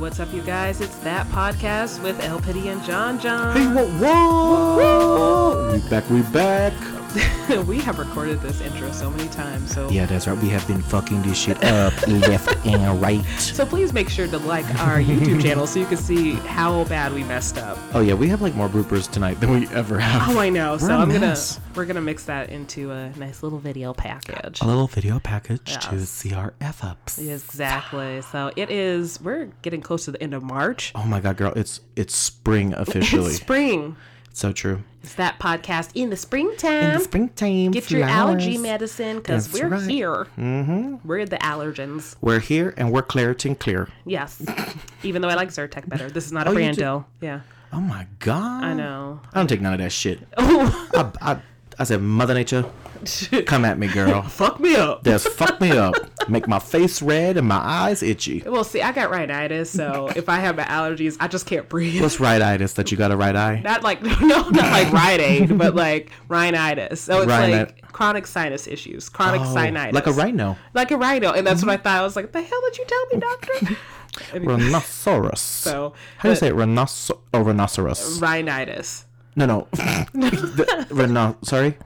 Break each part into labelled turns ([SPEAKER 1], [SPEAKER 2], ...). [SPEAKER 1] what's up, you guys? It's that podcast with El Pity and John John.
[SPEAKER 2] Hey, what, what? We back, we back.
[SPEAKER 1] we have recorded this intro so many times, so
[SPEAKER 2] Yeah, that's right. We have been fucking this shit up left and right.
[SPEAKER 1] so please make sure to like our YouTube channel so you can see how bad we messed up.
[SPEAKER 2] Oh yeah, we have like more bloopers tonight than we ever have.
[SPEAKER 1] Oh, I know.
[SPEAKER 2] We're
[SPEAKER 1] so
[SPEAKER 2] a
[SPEAKER 1] I'm gonna
[SPEAKER 2] mess.
[SPEAKER 1] we're gonna mix that into a nice little video package.
[SPEAKER 2] A little video package to
[SPEAKER 1] Yes.
[SPEAKER 2] see our f ups.
[SPEAKER 1] Exactly. So it is. We're getting close to the end of March.
[SPEAKER 2] Oh my god, girl, it's it's spring officially.
[SPEAKER 1] It's spring.
[SPEAKER 2] so true.
[SPEAKER 1] It's that podcast in the springtime.
[SPEAKER 2] springtime,
[SPEAKER 1] Get your allergy medicine because
[SPEAKER 2] That's
[SPEAKER 1] we're
[SPEAKER 2] right. Mm-hmm.
[SPEAKER 1] here. We're the allergens.
[SPEAKER 2] We're here and we're Claritin clear.
[SPEAKER 1] Yes. Even though I like Zyrtec better, this is not a
[SPEAKER 2] Oh, you
[SPEAKER 1] brand
[SPEAKER 2] do-
[SPEAKER 1] deal. Yeah,
[SPEAKER 2] Oh my god.
[SPEAKER 1] I know.
[SPEAKER 2] I Oh. don't take none of that shit. I, I, I said, Mother Nature, come at me, girl.
[SPEAKER 1] Fuck me up.
[SPEAKER 2] Just fuck me up. Make my face red and my eyes itchy.
[SPEAKER 1] Well, see, I got rhinitis, so if I have my allergies, I just can't breathe.
[SPEAKER 2] What's right itis that you got a right eye?
[SPEAKER 1] Not like no, not like Rite Aid, but like rhinitis. So it's
[SPEAKER 2] Rhinit-
[SPEAKER 1] like chronic sinus issues, chronic
[SPEAKER 2] Oh,
[SPEAKER 1] sinusitis,
[SPEAKER 2] Like a rhino. Mm-hmm.
[SPEAKER 1] like a rhino. And that's what I thought. I was like, the hell did you tell me, doctor? Anyway,
[SPEAKER 2] Rhinoceros.
[SPEAKER 1] so
[SPEAKER 2] How do you
[SPEAKER 1] but
[SPEAKER 2] say it? Rhinocer- oh, rhinoceros.
[SPEAKER 1] rhinitis,
[SPEAKER 2] No, no. the, rhino- sorry.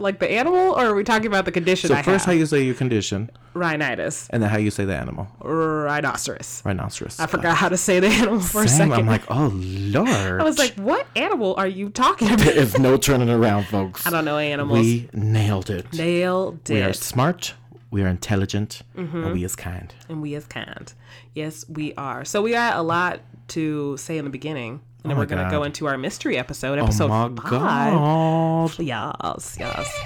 [SPEAKER 1] like the animal, or are we talking about the condition?
[SPEAKER 2] So
[SPEAKER 1] I
[SPEAKER 2] first, how
[SPEAKER 1] have?
[SPEAKER 2] you say your condition,
[SPEAKER 1] rhinitis,
[SPEAKER 2] and then how you say the animal.
[SPEAKER 1] rhinoceros.
[SPEAKER 2] Rhinoceros.
[SPEAKER 1] I forgot how to say the animal for a second.
[SPEAKER 2] Uh, I'm like, oh lord.
[SPEAKER 1] I was like, what animal are you talking about?
[SPEAKER 2] There's no turning around, folks.
[SPEAKER 1] I don't know animals.
[SPEAKER 2] We nailed it.
[SPEAKER 1] Nailed
[SPEAKER 2] We are
[SPEAKER 1] it. Mm-hmm.
[SPEAKER 2] smart. We are intelligent. And we is kind.
[SPEAKER 1] and we is kind. Yes, we are. So we got a lot to say in the beginning. And then
[SPEAKER 2] Oh my
[SPEAKER 1] we're going to go
[SPEAKER 2] God.
[SPEAKER 1] into our mystery episode,
[SPEAKER 2] oh
[SPEAKER 1] episode
[SPEAKER 2] my
[SPEAKER 1] five.
[SPEAKER 2] god.
[SPEAKER 1] Yes, yes.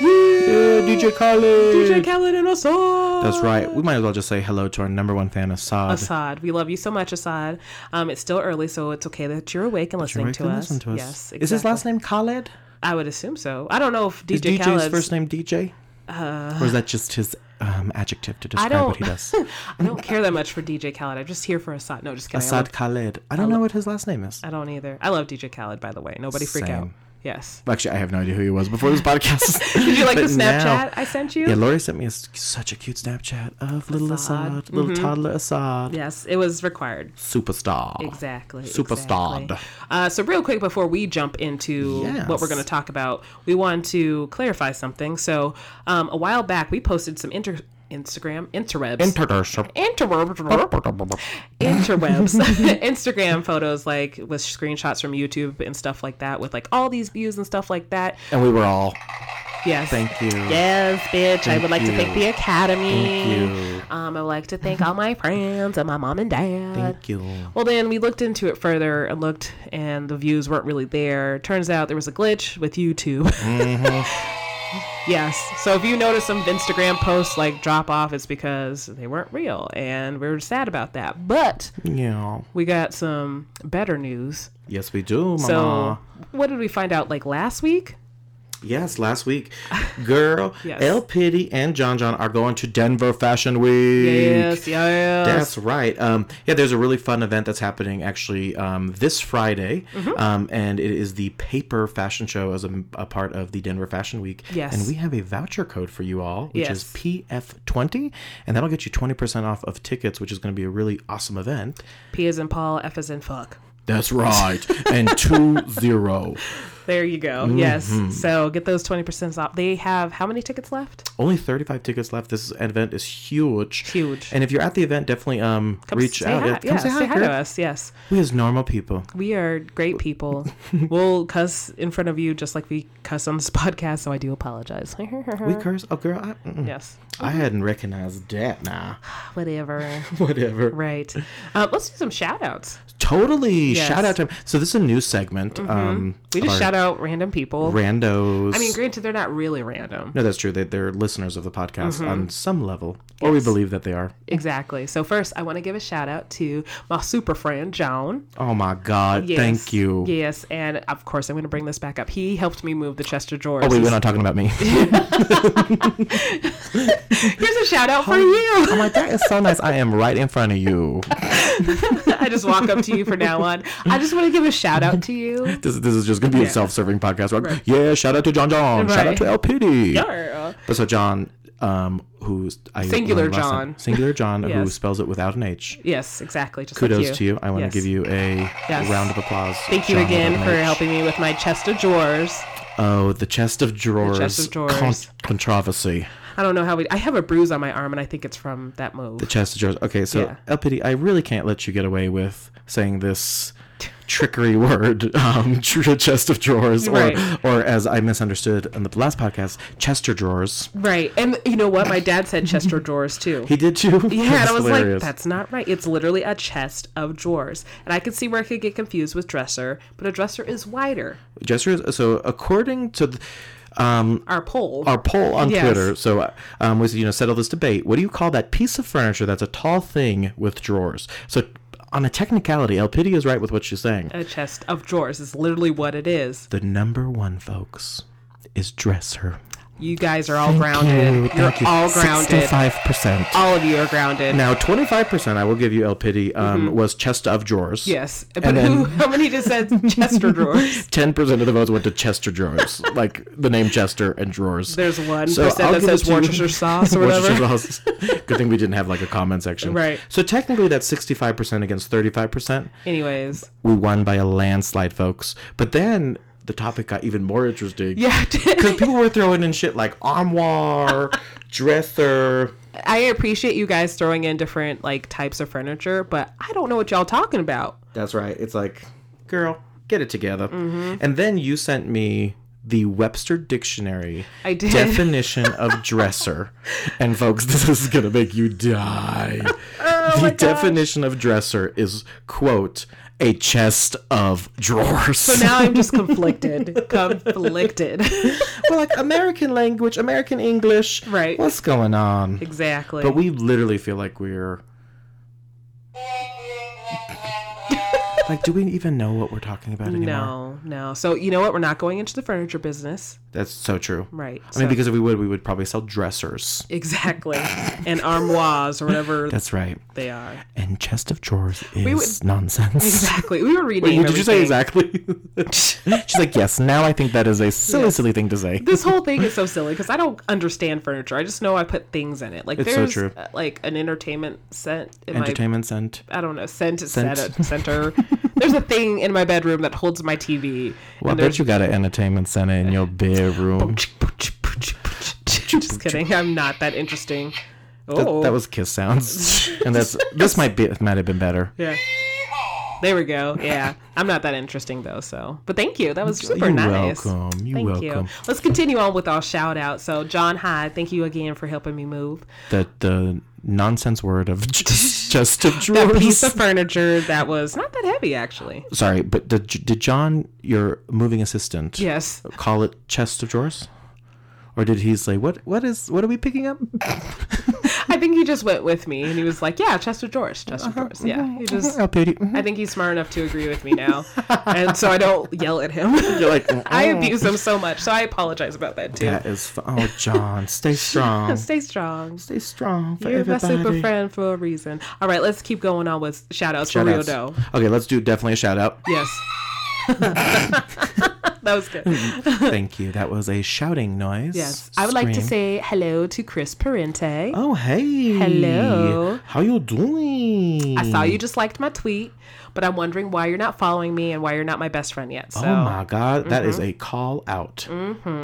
[SPEAKER 2] Yeah, DJ Khaled.
[SPEAKER 1] DJ Khaled and Assad.
[SPEAKER 2] That's right. We might as well just say hello to our number one fan, Assad.
[SPEAKER 1] Assad, we love you so much, Assad. Um, it's still early, so it's okay that you're awake and listening
[SPEAKER 2] Right,
[SPEAKER 1] to
[SPEAKER 2] then
[SPEAKER 1] us.
[SPEAKER 2] listen to us.
[SPEAKER 1] Yes,
[SPEAKER 2] Is his
[SPEAKER 1] exactly.
[SPEAKER 2] last name Khaled?
[SPEAKER 1] I would assume so. I don't know if
[SPEAKER 2] Is
[SPEAKER 1] DJ
[SPEAKER 2] DJ's
[SPEAKER 1] Khaled's Uh,
[SPEAKER 2] first name DJ? or is that just his um, adjective to describe
[SPEAKER 1] don't-
[SPEAKER 2] what he does?
[SPEAKER 1] I don't care that much for DJ Khaled. I'm just here for Assad. No, just kidding. I love
[SPEAKER 2] Assad Khaled. I don't know what his last name is.
[SPEAKER 1] I don't either. I love DJ Khaled, by the way. Nobody freak out.
[SPEAKER 2] Same.
[SPEAKER 1] Yes.
[SPEAKER 2] Actually, I have no idea who he was before this podcast.
[SPEAKER 1] Did you like the
[SPEAKER 2] But now-
[SPEAKER 1] Snapchat I sent you?
[SPEAKER 2] Yeah, Lori sent me a s such a cute Snapchat of little Assad,
[SPEAKER 1] Assad.
[SPEAKER 2] little toddler Assad,
[SPEAKER 1] yes, it was required.
[SPEAKER 2] superstar.
[SPEAKER 1] Exactly.
[SPEAKER 2] Superstar.
[SPEAKER 1] Exactly. Uh, so, real quick before we jump into what we're
[SPEAKER 2] Yes.
[SPEAKER 1] going to talk about, we want to clarify something. So, um, a while back, we posted some inter- Instagram interwebs.
[SPEAKER 2] Interdership.
[SPEAKER 1] interwebs,
[SPEAKER 2] Oh.
[SPEAKER 1] interwebs, Instagram photos like with screenshots from YouTube and stuff like that, with like all these views and stuff like that.
[SPEAKER 2] And we were all
[SPEAKER 1] Yes,
[SPEAKER 2] thank you.
[SPEAKER 1] Yes, bitch. I would like to thank
[SPEAKER 2] you.
[SPEAKER 1] the Academy.
[SPEAKER 2] Thank
[SPEAKER 1] Um, I would like to thank all my friends and my mom and dad.
[SPEAKER 2] Thank you.
[SPEAKER 1] Well, then we looked into it further and looked, and the views weren't really there. Turns out there was a glitch with YouTube.
[SPEAKER 2] Mm-hmm.
[SPEAKER 1] yes. So if you notice some Instagram posts like drop off, it's because they weren't real, and we were sad about that. But
[SPEAKER 2] Yeah.
[SPEAKER 1] we got some better news.
[SPEAKER 2] Yes, we do, mama.
[SPEAKER 1] So what did we find out like last week?
[SPEAKER 2] Yes, last week, girl,
[SPEAKER 1] Yes.
[SPEAKER 2] El Pity and John John are going to Denver Fashion Week.
[SPEAKER 1] Yes, yes.
[SPEAKER 2] That's right. Um, yeah, there's a really fun event that's happening actually um, this Friday,
[SPEAKER 1] Mm-hmm.
[SPEAKER 2] um, and it is the Paper Fashion Show as a, a part of the Denver Fashion Week.
[SPEAKER 1] Yes.
[SPEAKER 2] And we have a voucher code for you all, which is
[SPEAKER 1] Yes.
[SPEAKER 2] PF20, and that'll get you 20% off of tickets, which is going to be a really awesome event.
[SPEAKER 1] P is in Paul, F is in fuck.
[SPEAKER 2] That's right. and two zero.
[SPEAKER 1] There you go.
[SPEAKER 2] Mm-hmm.
[SPEAKER 1] Yes. So get those 20% off. They have how many tickets left?
[SPEAKER 2] Only 35 tickets left. This event is huge.
[SPEAKER 1] Huge.
[SPEAKER 2] And if you're at the event, definitely um reach
[SPEAKER 1] say
[SPEAKER 2] out.
[SPEAKER 1] Hi.
[SPEAKER 2] Yeah, Come
[SPEAKER 1] yeah,
[SPEAKER 2] say hi,
[SPEAKER 1] say hi
[SPEAKER 2] girl.
[SPEAKER 1] to us. Yes.
[SPEAKER 2] We as normal people.
[SPEAKER 1] We are great people. we'll cuss in front of you just like we cuss on this podcast, so I do apologize.
[SPEAKER 2] We curse. Oh, girl, I, mm,
[SPEAKER 1] yes.
[SPEAKER 2] I hadn't recognized that. Nah,
[SPEAKER 1] Whatever.
[SPEAKER 2] whatever.
[SPEAKER 1] right. Uh, let's do some shout outs.
[SPEAKER 2] Totally.
[SPEAKER 1] Yes. Mm-hmm.
[SPEAKER 2] Shout out to. So this is a new segment. Um,
[SPEAKER 1] We
[SPEAKER 2] of
[SPEAKER 1] just
[SPEAKER 2] our
[SPEAKER 1] shout out random people.
[SPEAKER 2] randos.
[SPEAKER 1] I mean, granted, they're not really random.
[SPEAKER 2] no, that's true. They they're listeners of the podcast
[SPEAKER 1] Mm-hmm.
[SPEAKER 2] on some level, or we believe that they are.
[SPEAKER 1] Exactly. So, first, I want to give a shout out to my super friend, Joan.
[SPEAKER 2] Oh my God!
[SPEAKER 1] Yes.
[SPEAKER 2] Thank you.
[SPEAKER 1] Yes, and of course I'm going to bring this back up. He helped me move the Chester drawers.
[SPEAKER 2] Oh wait, we're not talking about me.
[SPEAKER 1] Here's a shout out for you.
[SPEAKER 2] I'm like that is so nice. I am right in front of you.
[SPEAKER 1] I just walk up to you for now on. I just want to give a shout out to you.
[SPEAKER 2] This, this is just gonna be a self-serving podcast. Right? Yeah, shout out to John John. Shout
[SPEAKER 1] Right.
[SPEAKER 2] out to LPD.
[SPEAKER 1] Yarr.
[SPEAKER 2] But so John, um, who's I
[SPEAKER 1] Singular
[SPEAKER 2] learned last
[SPEAKER 1] John.
[SPEAKER 2] time. Singular John, who
[SPEAKER 1] Yes.
[SPEAKER 2] spells it without an H.
[SPEAKER 1] Yes, exactly. Just
[SPEAKER 2] Kudos
[SPEAKER 1] like you.
[SPEAKER 2] to you. I want
[SPEAKER 1] Yes.
[SPEAKER 2] to give you a
[SPEAKER 1] Yes.
[SPEAKER 2] round of applause.
[SPEAKER 1] Thank you
[SPEAKER 2] John,
[SPEAKER 1] again
[SPEAKER 2] without
[SPEAKER 1] for
[SPEAKER 2] an H.
[SPEAKER 1] helping me with my chest of drawers.
[SPEAKER 2] Oh, the chest of drawers.
[SPEAKER 1] drawers.
[SPEAKER 2] controversy.
[SPEAKER 1] I don't know how we. I have a bruise on my arm, and I think it's from that move.
[SPEAKER 2] The chest of drawers. Okay, so
[SPEAKER 1] Yeah.
[SPEAKER 2] LPD, I really can't let you get away with saying this trickery word, um, tr- chest of drawers,
[SPEAKER 1] Right.
[SPEAKER 2] or or as I misunderstood in the last podcast, Chester drawers.
[SPEAKER 1] Right, and you know what? My dad said chest of drawers too.
[SPEAKER 2] He did too.
[SPEAKER 1] yeah, and
[SPEAKER 2] That's
[SPEAKER 1] I was
[SPEAKER 2] hilarious.
[SPEAKER 1] like, that's not right. It's literally a chest of drawers, and I could see where I could get confused with dresser, but a dresser is wider.
[SPEAKER 2] gestures. So according to. th- um,
[SPEAKER 1] Our pole.
[SPEAKER 2] our poll on
[SPEAKER 1] Yes.
[SPEAKER 2] Twitter. So uh, um, was you know settle this debate. What do you call that piece of furniture that's a tall thing with drawers? So on a technicality, Elpidia is right with what she's saying.
[SPEAKER 1] a chest of drawers is literally what it is.
[SPEAKER 2] The number one, folks, is dresser.
[SPEAKER 1] You guys are all grounded. You, are all grounded.
[SPEAKER 2] Sixty-five percent.
[SPEAKER 1] All of you are grounded.
[SPEAKER 2] Now, twenty-five percent, I will give you Elpidi, um, was chest of drawers.
[SPEAKER 1] Mm-hmm. Yes, but
[SPEAKER 2] And then-
[SPEAKER 1] who? How many just said chest of drawers?
[SPEAKER 2] Ten percent of the votes went to Chester drawers, like the name Chester and drawers.
[SPEAKER 1] There's one
[SPEAKER 2] So
[SPEAKER 1] percent
[SPEAKER 2] I'll
[SPEAKER 1] that
[SPEAKER 2] give
[SPEAKER 1] says
[SPEAKER 2] it to-
[SPEAKER 1] Worcestershire sauce or whatever.
[SPEAKER 2] Worcestershire sauce. Good thing we didn't have like a comment section.
[SPEAKER 1] Right.
[SPEAKER 2] So technically, that's sixty-five percent against thirty-five percent.
[SPEAKER 1] Anyways,
[SPEAKER 2] We won by a landslide, folks. But then the topic got even more interesting.
[SPEAKER 1] yeah,
[SPEAKER 2] Because people were throwing in shit like armoire, dresser.
[SPEAKER 1] I appreciate you guys throwing in different like types of furniture, but I don't know what y'all talking about.
[SPEAKER 2] That's right. It's like, Mm-hmm. girl, get it together. And then you sent me the Webster Dictionary
[SPEAKER 1] I did.
[SPEAKER 2] definition of dresser. And folks, this is going to make you die. the definition of dresser is, quote, a chest of drawers.
[SPEAKER 1] So now I'm just conflicted, conflicted.
[SPEAKER 2] we're like, American language, American English.
[SPEAKER 1] Right.
[SPEAKER 2] What's going on?
[SPEAKER 1] exactly.
[SPEAKER 2] But we literally feel like we're. like, do we even know what we're talking about anymore?
[SPEAKER 1] no, no. So you know what? We're not going into the furniture business,
[SPEAKER 2] That's so true.
[SPEAKER 1] right?
[SPEAKER 2] I
[SPEAKER 1] so-
[SPEAKER 2] mean, because if we would, we would probably sell dressers.
[SPEAKER 1] exactly, and armoires or whatever
[SPEAKER 2] That's right.
[SPEAKER 1] they are.
[SPEAKER 2] And chest of drawers is
[SPEAKER 1] would-
[SPEAKER 2] nonsense.
[SPEAKER 1] Exactly. We were reading.
[SPEAKER 2] Wait, did you say
[SPEAKER 1] everything.
[SPEAKER 2] exactly? She's like, yes. Now I think that is a silly, silly thing to say.
[SPEAKER 1] this whole thing is so silly because I don't understand furniture. I just know I put things in it. Like
[SPEAKER 2] It's so
[SPEAKER 1] there's
[SPEAKER 2] true.
[SPEAKER 1] uh, like an entertainment set in
[SPEAKER 2] Entertainment scent.
[SPEAKER 1] my I don't know cent,
[SPEAKER 2] Cent.
[SPEAKER 1] set- center. there's a thing in my bedroom that holds my TV.
[SPEAKER 2] Well, I
[SPEAKER 1] and
[SPEAKER 2] bet
[SPEAKER 1] there's
[SPEAKER 2] you got an entertainment center in your bedroom.
[SPEAKER 1] just kidding. I'm not that interesting. Oh,
[SPEAKER 2] That, that was kiss sounds, and that's this might be might have been better.
[SPEAKER 1] yeah. There we go. Yeah, I'm not that interesting though. So, but thank you. That was super
[SPEAKER 2] You're
[SPEAKER 1] nice.
[SPEAKER 2] welcome. You're
[SPEAKER 1] Thank
[SPEAKER 2] welcome.
[SPEAKER 1] you. Let's continue on with our shout out. So, John Hyde, thank you again for helping me move.
[SPEAKER 2] that the nonsense word of just, just of
[SPEAKER 1] that
[SPEAKER 2] drawers.
[SPEAKER 1] piece of furniture that was not that heavy actually.
[SPEAKER 2] Sorry, but did, did John, your moving assistant,
[SPEAKER 1] Yes.
[SPEAKER 2] call it chest of drawers, or did he say what? What is? What are we picking up?
[SPEAKER 1] I think he just went with me and he was like, Yeah, Chester George, Chester
[SPEAKER 2] Uh-huh.
[SPEAKER 1] George. Yeah. He just
[SPEAKER 2] Oh, Petey. Mhm.
[SPEAKER 1] I think he's smart enough to agree with me now. and so I don't yell at him.
[SPEAKER 2] You're like, "Mm-mm."
[SPEAKER 1] I abuse him so much, so I apologize about that too.
[SPEAKER 2] that is. fu- Oh, John, stay strong.
[SPEAKER 1] Stay strong.
[SPEAKER 2] Stay strong for
[SPEAKER 1] You're my
[SPEAKER 2] everybody.
[SPEAKER 1] super friend for a reason. All right, let's keep going on with shout outs for real
[SPEAKER 2] Shout-outs.
[SPEAKER 1] though.
[SPEAKER 2] Okay, let's do definitely a shout out.
[SPEAKER 1] Yes. that was good.
[SPEAKER 2] Thank you. That was a shouting noise.
[SPEAKER 1] Yes. I would like to
[SPEAKER 2] Scream.
[SPEAKER 1] say hello to Chris Parente.
[SPEAKER 2] Oh hey.
[SPEAKER 1] Hello.
[SPEAKER 2] How you doing?
[SPEAKER 1] I saw you just liked my tweet, but I'm wondering why you're not following me and why you're not my best friend yet. So,
[SPEAKER 2] Oh my God, that is
[SPEAKER 1] Mm-hmm.
[SPEAKER 2] a call out.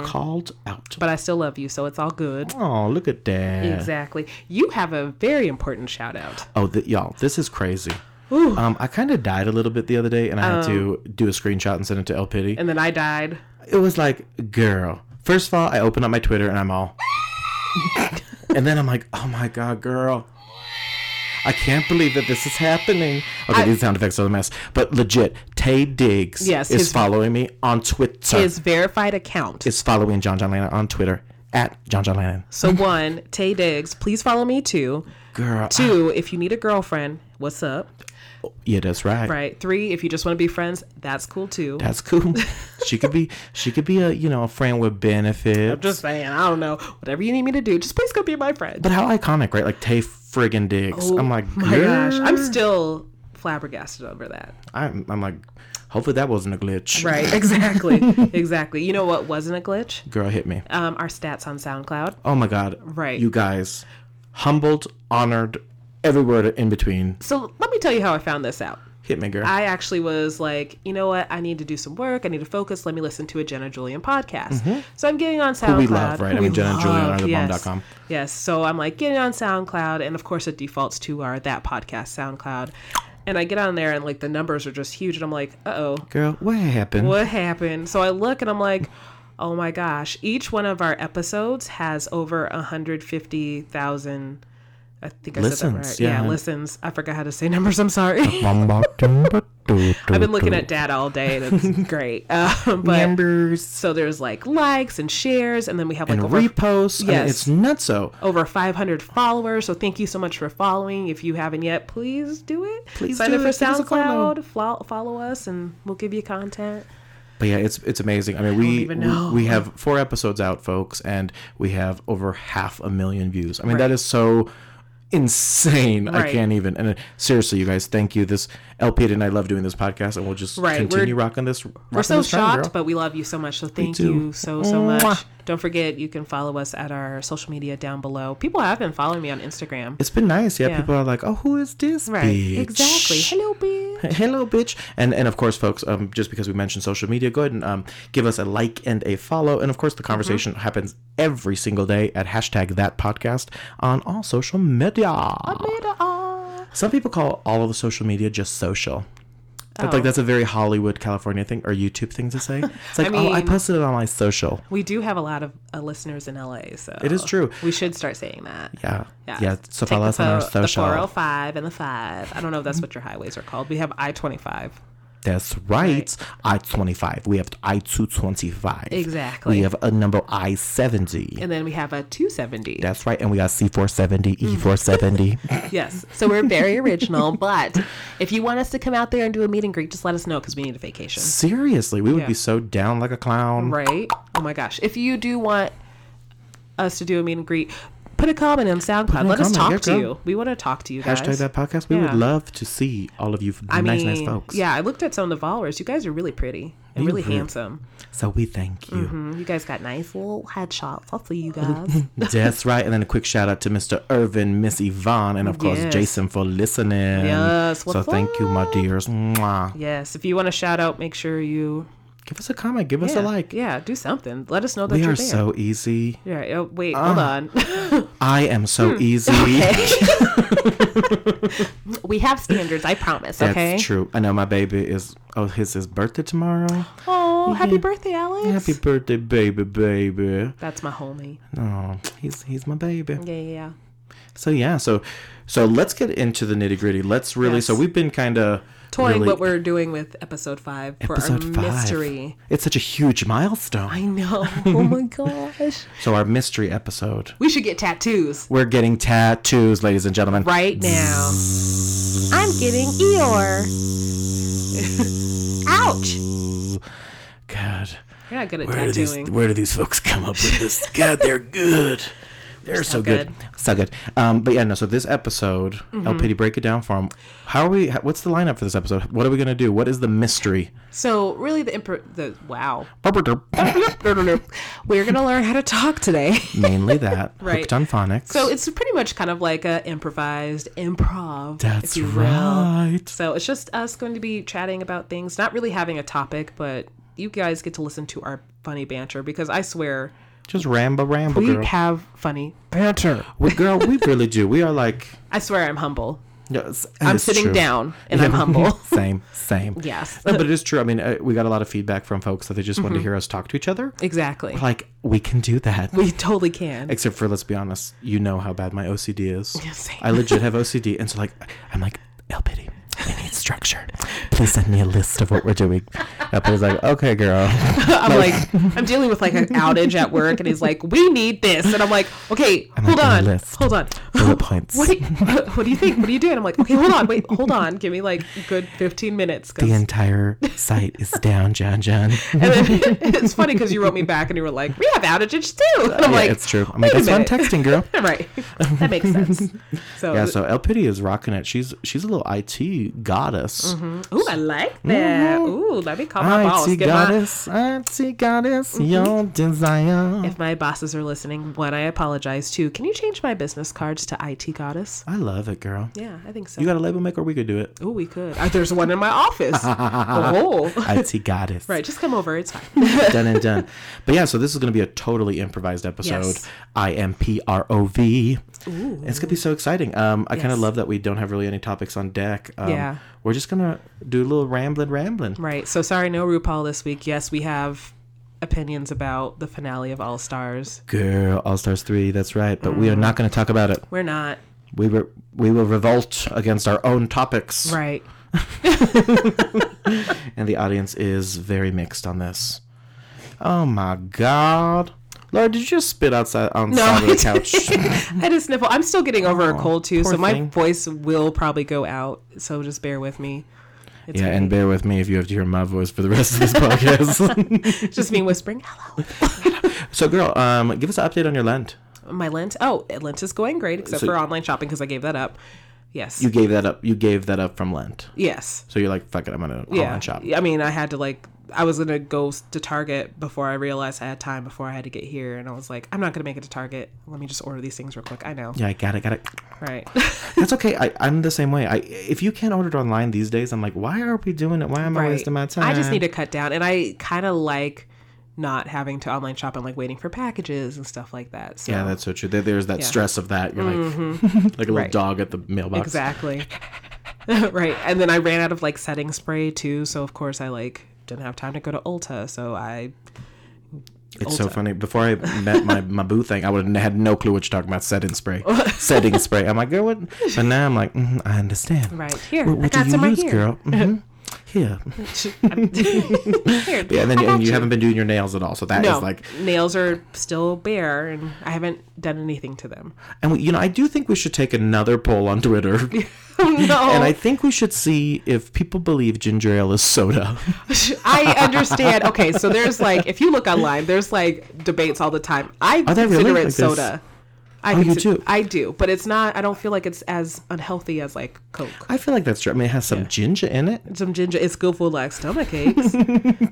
[SPEAKER 2] Called out.
[SPEAKER 1] but I still love you, so it's all good.
[SPEAKER 2] Oh, look at that.
[SPEAKER 1] Exactly. You have a very important shout out.
[SPEAKER 2] Oh, th- y'all, this is crazy. Um, I kind of died a little bit the other day, and I had to
[SPEAKER 1] Oh.
[SPEAKER 2] do a screenshot and send it to El Pity.
[SPEAKER 1] And then I died.
[SPEAKER 2] It was like, girl. First of all, I open up my Twitter and I'm all, and then I'm like, oh my God, girl. I can't believe that this is happening. Okay, these sound effects are a mess, but legit, Tay Diggs
[SPEAKER 1] Yes,
[SPEAKER 2] is
[SPEAKER 1] his-
[SPEAKER 2] following me on Twitter.
[SPEAKER 1] His verified account.
[SPEAKER 2] is following John John Lennon on Twitter at John John Lennon.
[SPEAKER 1] So one, Tay Diggs, please follow me too.
[SPEAKER 2] Girl,
[SPEAKER 1] Two, if you need a girlfriend, what's up?
[SPEAKER 2] yeah, that's right.
[SPEAKER 1] Right. Three, if you just want to be friends, that's cool too.
[SPEAKER 2] That's cool. she could be, she could be a you know a friend with benefits.
[SPEAKER 1] Just saying, I don't know. Whatever you need me to do, just please go be my friend.
[SPEAKER 2] but how iconic, right? Like Tay friggin' Diggs. I'm like,
[SPEAKER 1] Oh my gosh, I'm
[SPEAKER 2] girl.
[SPEAKER 1] still flabbergasted over that.
[SPEAKER 2] I'm, I'm like, hopefully that wasn't a glitch.
[SPEAKER 1] Right. Exactly. exactly. You know what wasn't a glitch?
[SPEAKER 2] Girl, hit me.
[SPEAKER 1] Um, our stats on SoundCloud.
[SPEAKER 2] Oh my God.
[SPEAKER 1] Right.
[SPEAKER 2] You guys, humbled, honored, every word in between.
[SPEAKER 1] So let me tell you how I found this out.
[SPEAKER 2] Hit me, girl.
[SPEAKER 1] I actually was like, you know what? I need to do some work. I need to focus. Let me listen to a Jenna Julian podcast. So I'm getting on SoundCloud.
[SPEAKER 2] Mm-hmm. we love, right? I
[SPEAKER 1] who
[SPEAKER 2] mean,
[SPEAKER 1] we
[SPEAKER 2] Jenna Julian
[SPEAKER 1] love,
[SPEAKER 2] are the bomb
[SPEAKER 1] yes.
[SPEAKER 2] dot com.
[SPEAKER 1] Yes. So I'm like getting on SoundCloud, and of course it defaults to our that podcast SoundCloud. And I get on there, and like the numbers are just huge, and I'm like, uh oh,
[SPEAKER 2] girl, what happened?
[SPEAKER 1] what happened? So I look, and I'm like. Oh my gosh! Each one of our episodes has over 150,000. I think I said that
[SPEAKER 2] Listens,
[SPEAKER 1] right.
[SPEAKER 2] yeah. Oh
[SPEAKER 1] yeah, listens. I forgot how to say numbers. I'm sorry.
[SPEAKER 2] I've
[SPEAKER 1] I've been looking at data all day, and it's great. Um, but
[SPEAKER 2] numbers
[SPEAKER 1] so there's like likes and shares, and then we have like
[SPEAKER 2] and
[SPEAKER 1] over,
[SPEAKER 2] reposts. I mean,
[SPEAKER 1] Yes.
[SPEAKER 2] it's nutso.
[SPEAKER 1] over 500 followers. So thank you so much for following. If you haven't yet, please do it.
[SPEAKER 2] Please
[SPEAKER 1] sign
[SPEAKER 2] do
[SPEAKER 1] up for
[SPEAKER 2] it. Give us a follow.
[SPEAKER 1] SoundCloud. Follow. follow us, and we'll give you content.
[SPEAKER 2] But yeah, it's it's amazing. I mean, we,
[SPEAKER 1] even
[SPEAKER 2] we
[SPEAKER 1] know.
[SPEAKER 2] we have four episodes out, folks, and we have over half a million views. I mean, that is so insane. I
[SPEAKER 1] Right.
[SPEAKER 2] can't even. And uh, seriously, you guys, thank you. This LP and I love doing this podcast, and we'll just
[SPEAKER 1] Right, we're-
[SPEAKER 2] continue rocking this.
[SPEAKER 1] We're so shocked, but we love you so much. So thank
[SPEAKER 2] do.
[SPEAKER 1] you so so
[SPEAKER 2] Mwah.
[SPEAKER 1] much. Don't forget, you can follow us at our social media down below. People have been following me on Instagram.
[SPEAKER 2] it's been nice. Yeah,
[SPEAKER 1] Yeah.
[SPEAKER 2] people are like, "Oh, who is this?"
[SPEAKER 1] Right.
[SPEAKER 2] bitch?"
[SPEAKER 1] Exactly. Hello, bitch.
[SPEAKER 2] Hello, bitch. And and of course, folks, um, just because we mentioned social media, go ahead and um, give us a like and a follow. And of course, the
[SPEAKER 1] Mm-hmm.
[SPEAKER 2] conversation happens every single day at hashtag that podcast on all social media.
[SPEAKER 1] Oh.
[SPEAKER 2] Some people call all of the social media just social. That's
[SPEAKER 1] Oh.
[SPEAKER 2] like that's a very Hollywood, California thing or YouTube thing to say. It's like, oh, I
[SPEAKER 1] mean-
[SPEAKER 2] posted it on my social.
[SPEAKER 1] We do have a lot of uh, listeners in LA, so
[SPEAKER 2] It is true.
[SPEAKER 1] We should start saying that.
[SPEAKER 2] Yeah, yeah.
[SPEAKER 1] Yeah.
[SPEAKER 2] so
[SPEAKER 1] Take
[SPEAKER 2] follow
[SPEAKER 1] the
[SPEAKER 2] us on our
[SPEAKER 1] fo- The oh.
[SPEAKER 2] social.
[SPEAKER 1] 405 and the 5. I don't know if that's what your highways are called. We have I 25.
[SPEAKER 2] That's right. I twenty five. We have I two twenty five.
[SPEAKER 1] Exactly.
[SPEAKER 2] We have a number I seventy.
[SPEAKER 1] And then we have a 270.
[SPEAKER 2] That's right. And we got C470,
[SPEAKER 1] Mm-hmm.
[SPEAKER 2] E470.
[SPEAKER 1] Yes. So we're very original. but if you want us to come out there and do a meet and greet, just let us know because we need a vacation.
[SPEAKER 2] Seriously, we would
[SPEAKER 1] Yeah.
[SPEAKER 2] be so down like a clown.
[SPEAKER 1] Right? Oh my gosh. If you do want us to do a meet and greet, put a comment on SoundCloud.
[SPEAKER 2] a
[SPEAKER 1] Let us
[SPEAKER 2] comment.
[SPEAKER 1] talk
[SPEAKER 2] Yeah,
[SPEAKER 1] to
[SPEAKER 2] girl.
[SPEAKER 1] you. We want to talk to you guys.
[SPEAKER 2] Hashtag that podcast. We
[SPEAKER 1] Yeah.
[SPEAKER 2] would love to see all of you
[SPEAKER 1] I
[SPEAKER 2] nice,
[SPEAKER 1] mean,
[SPEAKER 2] nice folks.
[SPEAKER 1] yeah, I looked at some of the followers. You guys are really pretty and
[SPEAKER 2] You
[SPEAKER 1] really
[SPEAKER 2] really-
[SPEAKER 1] handsome.
[SPEAKER 2] So we thank you.
[SPEAKER 1] Mm, You guys got nice little headshots. I'll see you guys.
[SPEAKER 2] That's right. And then a quick shout out to Mr. Irvin, Miss Yvonne, and of course
[SPEAKER 1] Yes.
[SPEAKER 2] Jason for listening.
[SPEAKER 1] Yes,
[SPEAKER 2] so
[SPEAKER 1] what's
[SPEAKER 2] thank you, my dears. Mwah.
[SPEAKER 1] Yes, if you want to shout out, make sure you
[SPEAKER 2] Give us a comment. Give us
[SPEAKER 1] yeah,
[SPEAKER 2] a like.
[SPEAKER 1] Yeah, do something. Let us know that
[SPEAKER 2] We
[SPEAKER 1] you're
[SPEAKER 2] are
[SPEAKER 1] there.
[SPEAKER 2] so Ah. easy.
[SPEAKER 1] yeah. Oh, wait. hold on.
[SPEAKER 2] I am
[SPEAKER 1] Hmm.
[SPEAKER 2] so easy.
[SPEAKER 1] we have standards. I promise.
[SPEAKER 2] That's
[SPEAKER 1] okay.
[SPEAKER 2] true. I know my baby is oh his his birthday tomorrow.
[SPEAKER 1] Oh, happy birthday, Alex.
[SPEAKER 2] Happy birthday, baby, baby.
[SPEAKER 1] That's my homie.
[SPEAKER 2] Oh, he's he's my baby.
[SPEAKER 1] Yeah, yeah, yeah.
[SPEAKER 2] So yeah, so so let's get into the nitty gritty. Let's really. So
[SPEAKER 1] Yes.
[SPEAKER 2] we've been kind of
[SPEAKER 1] Toying
[SPEAKER 2] really,
[SPEAKER 1] what we're doing with episode five for
[SPEAKER 2] episode
[SPEAKER 1] our
[SPEAKER 2] five.
[SPEAKER 1] mystery.
[SPEAKER 2] It's such a huge milestone.
[SPEAKER 1] I know. Oh my gosh.
[SPEAKER 2] so our mystery episode.
[SPEAKER 1] We should get tattoos
[SPEAKER 2] We're getting tattoos, ladies and gentlemen.
[SPEAKER 1] right now. I'm getting Eeyore. Ouch.
[SPEAKER 2] God,
[SPEAKER 1] You're not good at
[SPEAKER 2] where do these
[SPEAKER 1] tattooing.
[SPEAKER 2] where do these folks come up with this? God, they're good. They're so, good. so good. Um, but yeah, no. So this episode,
[SPEAKER 1] Mm-hmm.
[SPEAKER 2] LPD, break it down for 'em. How are we? how- What's the lineup for this episode? What are we gonna do? What is the mystery?
[SPEAKER 1] So really, the imp- the wow.
[SPEAKER 2] Mainly
[SPEAKER 1] We're gonna learn how to talk today.
[SPEAKER 2] that.
[SPEAKER 1] Right.
[SPEAKER 2] Hooked on phonics.
[SPEAKER 1] So it's pretty much kind of like a improvised improv.
[SPEAKER 2] That's
[SPEAKER 1] if you will.
[SPEAKER 2] right.
[SPEAKER 1] So it's just us going to be chatting about things, not really having a topic, but you guys get to listen to our funny banter because I swear
[SPEAKER 2] Just ramble, ramble,
[SPEAKER 1] we
[SPEAKER 2] Oh, girl.
[SPEAKER 1] have funny.
[SPEAKER 2] banter. We, girl, we really do. We are like.
[SPEAKER 1] I swear I'm humble.
[SPEAKER 2] Yes,
[SPEAKER 1] I'm
[SPEAKER 2] it's
[SPEAKER 1] sitting
[SPEAKER 2] true.
[SPEAKER 1] down and I'm
[SPEAKER 2] Yeah.
[SPEAKER 1] humble.
[SPEAKER 2] same, same.
[SPEAKER 1] Yes.
[SPEAKER 2] No, but it is true. I mean, uh, we got a lot of feedback from folks that they just wanted to hear us talk to each other.
[SPEAKER 1] Exactly.
[SPEAKER 2] Like, we can do that.
[SPEAKER 1] Mm-hmm. We totally can.
[SPEAKER 2] Except for, let's be honest, you know how bad my OCD is.
[SPEAKER 1] same.
[SPEAKER 2] I legit have OCD. And so, like, I'm like, El Pity, we need structure. Please send me a list of what we're doing. El Pity's like, okay, girl.
[SPEAKER 1] I'm like, I'm dealing with like an outage at work, and he's like, "We need this," and I'm like, "Okay, hold
[SPEAKER 2] making a
[SPEAKER 1] on,
[SPEAKER 2] list.
[SPEAKER 1] hold on."
[SPEAKER 2] Bullet points.
[SPEAKER 1] What do, you, what do you think? What are you doing? I'm like, okay, hold on, wait, hold on. Give me like a good 15 minutes. 'cause-"
[SPEAKER 2] The entire site is down, John, John.
[SPEAKER 1] And then, it's funny because you wrote me back and you were like, we have outages too. And I'm
[SPEAKER 2] yeah,
[SPEAKER 1] like,
[SPEAKER 2] it's true. I'm
[SPEAKER 1] "Wait
[SPEAKER 2] like,
[SPEAKER 1] a
[SPEAKER 2] that's why I'm
[SPEAKER 1] minute."
[SPEAKER 2] texting, girl.
[SPEAKER 1] right. That makes sense. So,
[SPEAKER 2] Yeah, so El Pity is rocking it. She's she's a little IT goddess.
[SPEAKER 1] Ooh, I like
[SPEAKER 2] Mm-hmm.
[SPEAKER 1] that. Ooh, let me call my boss.
[SPEAKER 2] Auntie
[SPEAKER 1] Get my, Mm-hmm.
[SPEAKER 2] goddess, auntie goddess, your desire.
[SPEAKER 1] if my bosses are listening, one, I apologize. Two, can you change my business cards to IT Goddess?
[SPEAKER 2] I love it, girl.
[SPEAKER 1] Yeah, I think so.
[SPEAKER 2] You got a label maker? We could do it.
[SPEAKER 1] Ooh, we could. Uh, there's one in my office. oh,
[SPEAKER 2] IT goddess.
[SPEAKER 1] right. Just come over. It's fine.
[SPEAKER 2] done and done. But yeah, so this is going to be a totally improvised episode.
[SPEAKER 1] Yes.
[SPEAKER 2] I M P R O V. It's going to be so exciting. Um, I kind
[SPEAKER 1] Yes.
[SPEAKER 2] of love that we don't have really any topics on deck. Um,
[SPEAKER 1] Yeah. Mm-hmm.
[SPEAKER 2] We're just going to do a little rambling, rambling.
[SPEAKER 1] Right. So sorry, no RuPaul this week. Yes, we have opinions about the finale of All Stars.
[SPEAKER 2] Girl, All Stars 3, that's right. But
[SPEAKER 1] Mm-hmm.
[SPEAKER 2] we are not going to talk about it.
[SPEAKER 1] We're not
[SPEAKER 2] We, re- we will revolt against our own topics.
[SPEAKER 1] right.
[SPEAKER 2] And the audience is very mixed on this. Oh my God. Laura, did you just spit outside on the side of the couch?
[SPEAKER 1] I had a sniffle. I'm still getting over a cold too,
[SPEAKER 2] poor
[SPEAKER 1] so my
[SPEAKER 2] thing.
[SPEAKER 1] voice will probably go out. So just bear with me. It's
[SPEAKER 2] yeah,
[SPEAKER 1] me.
[SPEAKER 2] and bear with me if you have to hear my voice for the rest of this podcast.
[SPEAKER 1] It's just me whispering hello.
[SPEAKER 2] So, girl, um, give us an update on your Lent.
[SPEAKER 1] My Lent. Oh, Lent is going great, except
[SPEAKER 2] So-
[SPEAKER 1] for online shopping because I gave that up. Yes.
[SPEAKER 2] You gave that up. You gave that up from Lent.
[SPEAKER 1] yes.
[SPEAKER 2] So you're like, fuck it, I'm gonna
[SPEAKER 1] Yeah.
[SPEAKER 2] online shop.
[SPEAKER 1] I mean, I had to like. I was gonna go s- to Target before I realized I had time before I had to get here, and I was like, I'm not gonna make it to Target. Let me just order these things real quick. I know.
[SPEAKER 2] Yeah, I got it, got it.
[SPEAKER 1] Right.
[SPEAKER 2] That's okay. I, I'm the same way. I if you can't order it online these days, I'm like, why are we doing it? Why am I wasting my time?
[SPEAKER 1] I just need to cut down, and I kind of like not having to online shop and like waiting for packages and stuff like that. So Mm-hmm.
[SPEAKER 2] Yeah, that's so true. There, there's that stress of that. You're like, like a little
[SPEAKER 1] Right.
[SPEAKER 2] dog at the mailbox.
[SPEAKER 1] exactly. right, and then I ran out of like setting spray too, so of course I like didn't have time to go to Ulta, so I
[SPEAKER 2] It's so funny. Before I met my, my boo thing, I would have had no clue what you're talking about. Setting spray. setting spray. I'm like, girl, what? But now I'm like, mm, I understand.
[SPEAKER 1] right here
[SPEAKER 2] What,
[SPEAKER 1] I
[SPEAKER 2] what
[SPEAKER 1] got
[SPEAKER 2] do
[SPEAKER 1] some
[SPEAKER 2] you
[SPEAKER 1] right
[SPEAKER 2] use,
[SPEAKER 1] here.
[SPEAKER 2] girl? hmm Here.
[SPEAKER 1] Here,
[SPEAKER 2] Yeah, and then
[SPEAKER 1] I
[SPEAKER 2] and
[SPEAKER 1] got
[SPEAKER 2] you, haven't been doing your nails at all. So that is
[SPEAKER 1] No,
[SPEAKER 2] like
[SPEAKER 1] nails are still bare, and I haven't done anything to them.
[SPEAKER 2] And we, you know, I do think we should take another poll on Twitter,
[SPEAKER 1] no,
[SPEAKER 2] and I
[SPEAKER 1] I,
[SPEAKER 2] think we should see if people believe ginger ale is soda.
[SPEAKER 1] understand. Okay, so there's like, if you look online, there's like debates all the time. I
[SPEAKER 2] there
[SPEAKER 1] consider
[SPEAKER 2] really?
[SPEAKER 1] it
[SPEAKER 2] Like this?
[SPEAKER 1] soda. I
[SPEAKER 2] Oh, you
[SPEAKER 1] consi-
[SPEAKER 2] do?
[SPEAKER 1] I do, but it's not. I don't feel like it's as unhealthy as like Coke.
[SPEAKER 2] I feel like that's true. I mean, it has some ginger in it.
[SPEAKER 1] Some ginger. It's good for like stomach aches.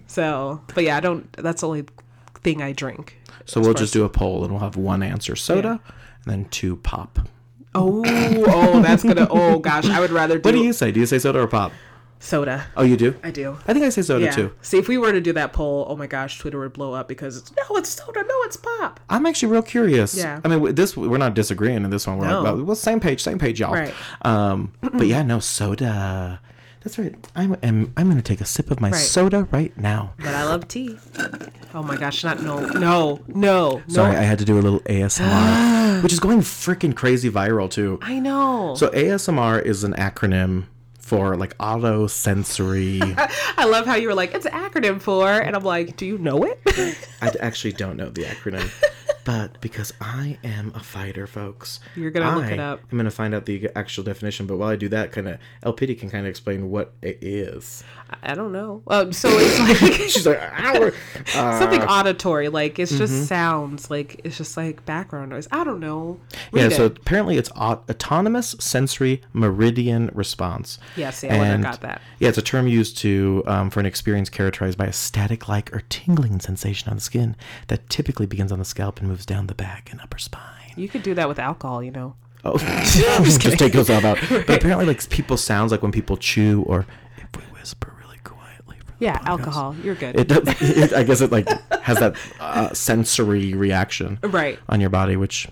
[SPEAKER 1] so, but yeah, I don't. That's the only thing I drink.
[SPEAKER 2] So we'll just do a poll, and we'll have one answer soda, and then two pop.
[SPEAKER 1] Oh, oh, that's gonna. Oh gosh, I would rather do,
[SPEAKER 2] What do you say? Do you say soda or pop?
[SPEAKER 1] soda.
[SPEAKER 2] Oh, you do.
[SPEAKER 1] I do.
[SPEAKER 2] I think I say soda
[SPEAKER 1] Yeah.
[SPEAKER 2] too.
[SPEAKER 1] See, if we were to do that poll, oh my gosh, Twitter would blow up because it's no, it's soda, no, it's pop.
[SPEAKER 2] I'm actually real curious.
[SPEAKER 1] Yeah.
[SPEAKER 2] I mean, w- this we're not disagreeing in this one. We're
[SPEAKER 1] No.
[SPEAKER 2] like, well, well, same page, same page, y'all.
[SPEAKER 1] Right.
[SPEAKER 2] Um, but yeah, no soda. That's right. I'm I'm, I'm going to take a sip of my soda right now.
[SPEAKER 1] But I love tea. Oh my gosh, not no, no, no,
[SPEAKER 2] Sorry,
[SPEAKER 1] no.
[SPEAKER 2] I had to do a little ASMR, which is going freaking crazy viral too.
[SPEAKER 1] I know.
[SPEAKER 2] So ASMR is an acronym for like auto sensory. I
[SPEAKER 1] I love how you were like, it's an acronym for, and I'm like, do you know it?
[SPEAKER 2] d- actually don't know the acronym, but because I am a fighter, folks,
[SPEAKER 1] You're gonna look
[SPEAKER 2] I
[SPEAKER 1] it up.
[SPEAKER 2] am gonna find out the actual definition. But while I do that, kind of LPD can kind of explain what it is.
[SPEAKER 1] I- I don't know. Um, so it's like
[SPEAKER 2] She's like, "Ow." Uh,
[SPEAKER 1] something auditory, like it's just
[SPEAKER 2] Mm-hmm.
[SPEAKER 1] sounds, like it's just like background noise. I don't know.
[SPEAKER 2] yeah.
[SPEAKER 1] Read
[SPEAKER 2] So
[SPEAKER 1] it.
[SPEAKER 2] apparently, it's au- autonomous sensory meridian response.
[SPEAKER 1] Yeah, see, I wouldn't have got that.
[SPEAKER 2] Yeah, it's a term used to um, for an experience characterized by a static-like or tingling sensation on the skin that typically begins on the scalp and moves down the back and upper spine.
[SPEAKER 1] you could do that with alcohol, you know.
[SPEAKER 2] Oh, just, take yourself out. But apparently, like people sounds like when people chew or if we whisper really quietly. For the
[SPEAKER 1] Yeah,
[SPEAKER 2] podcast.
[SPEAKER 1] alcohol. You're good.
[SPEAKER 2] It, does- it, I guess it like has that uh, sensory reaction
[SPEAKER 1] right.
[SPEAKER 2] on your body, which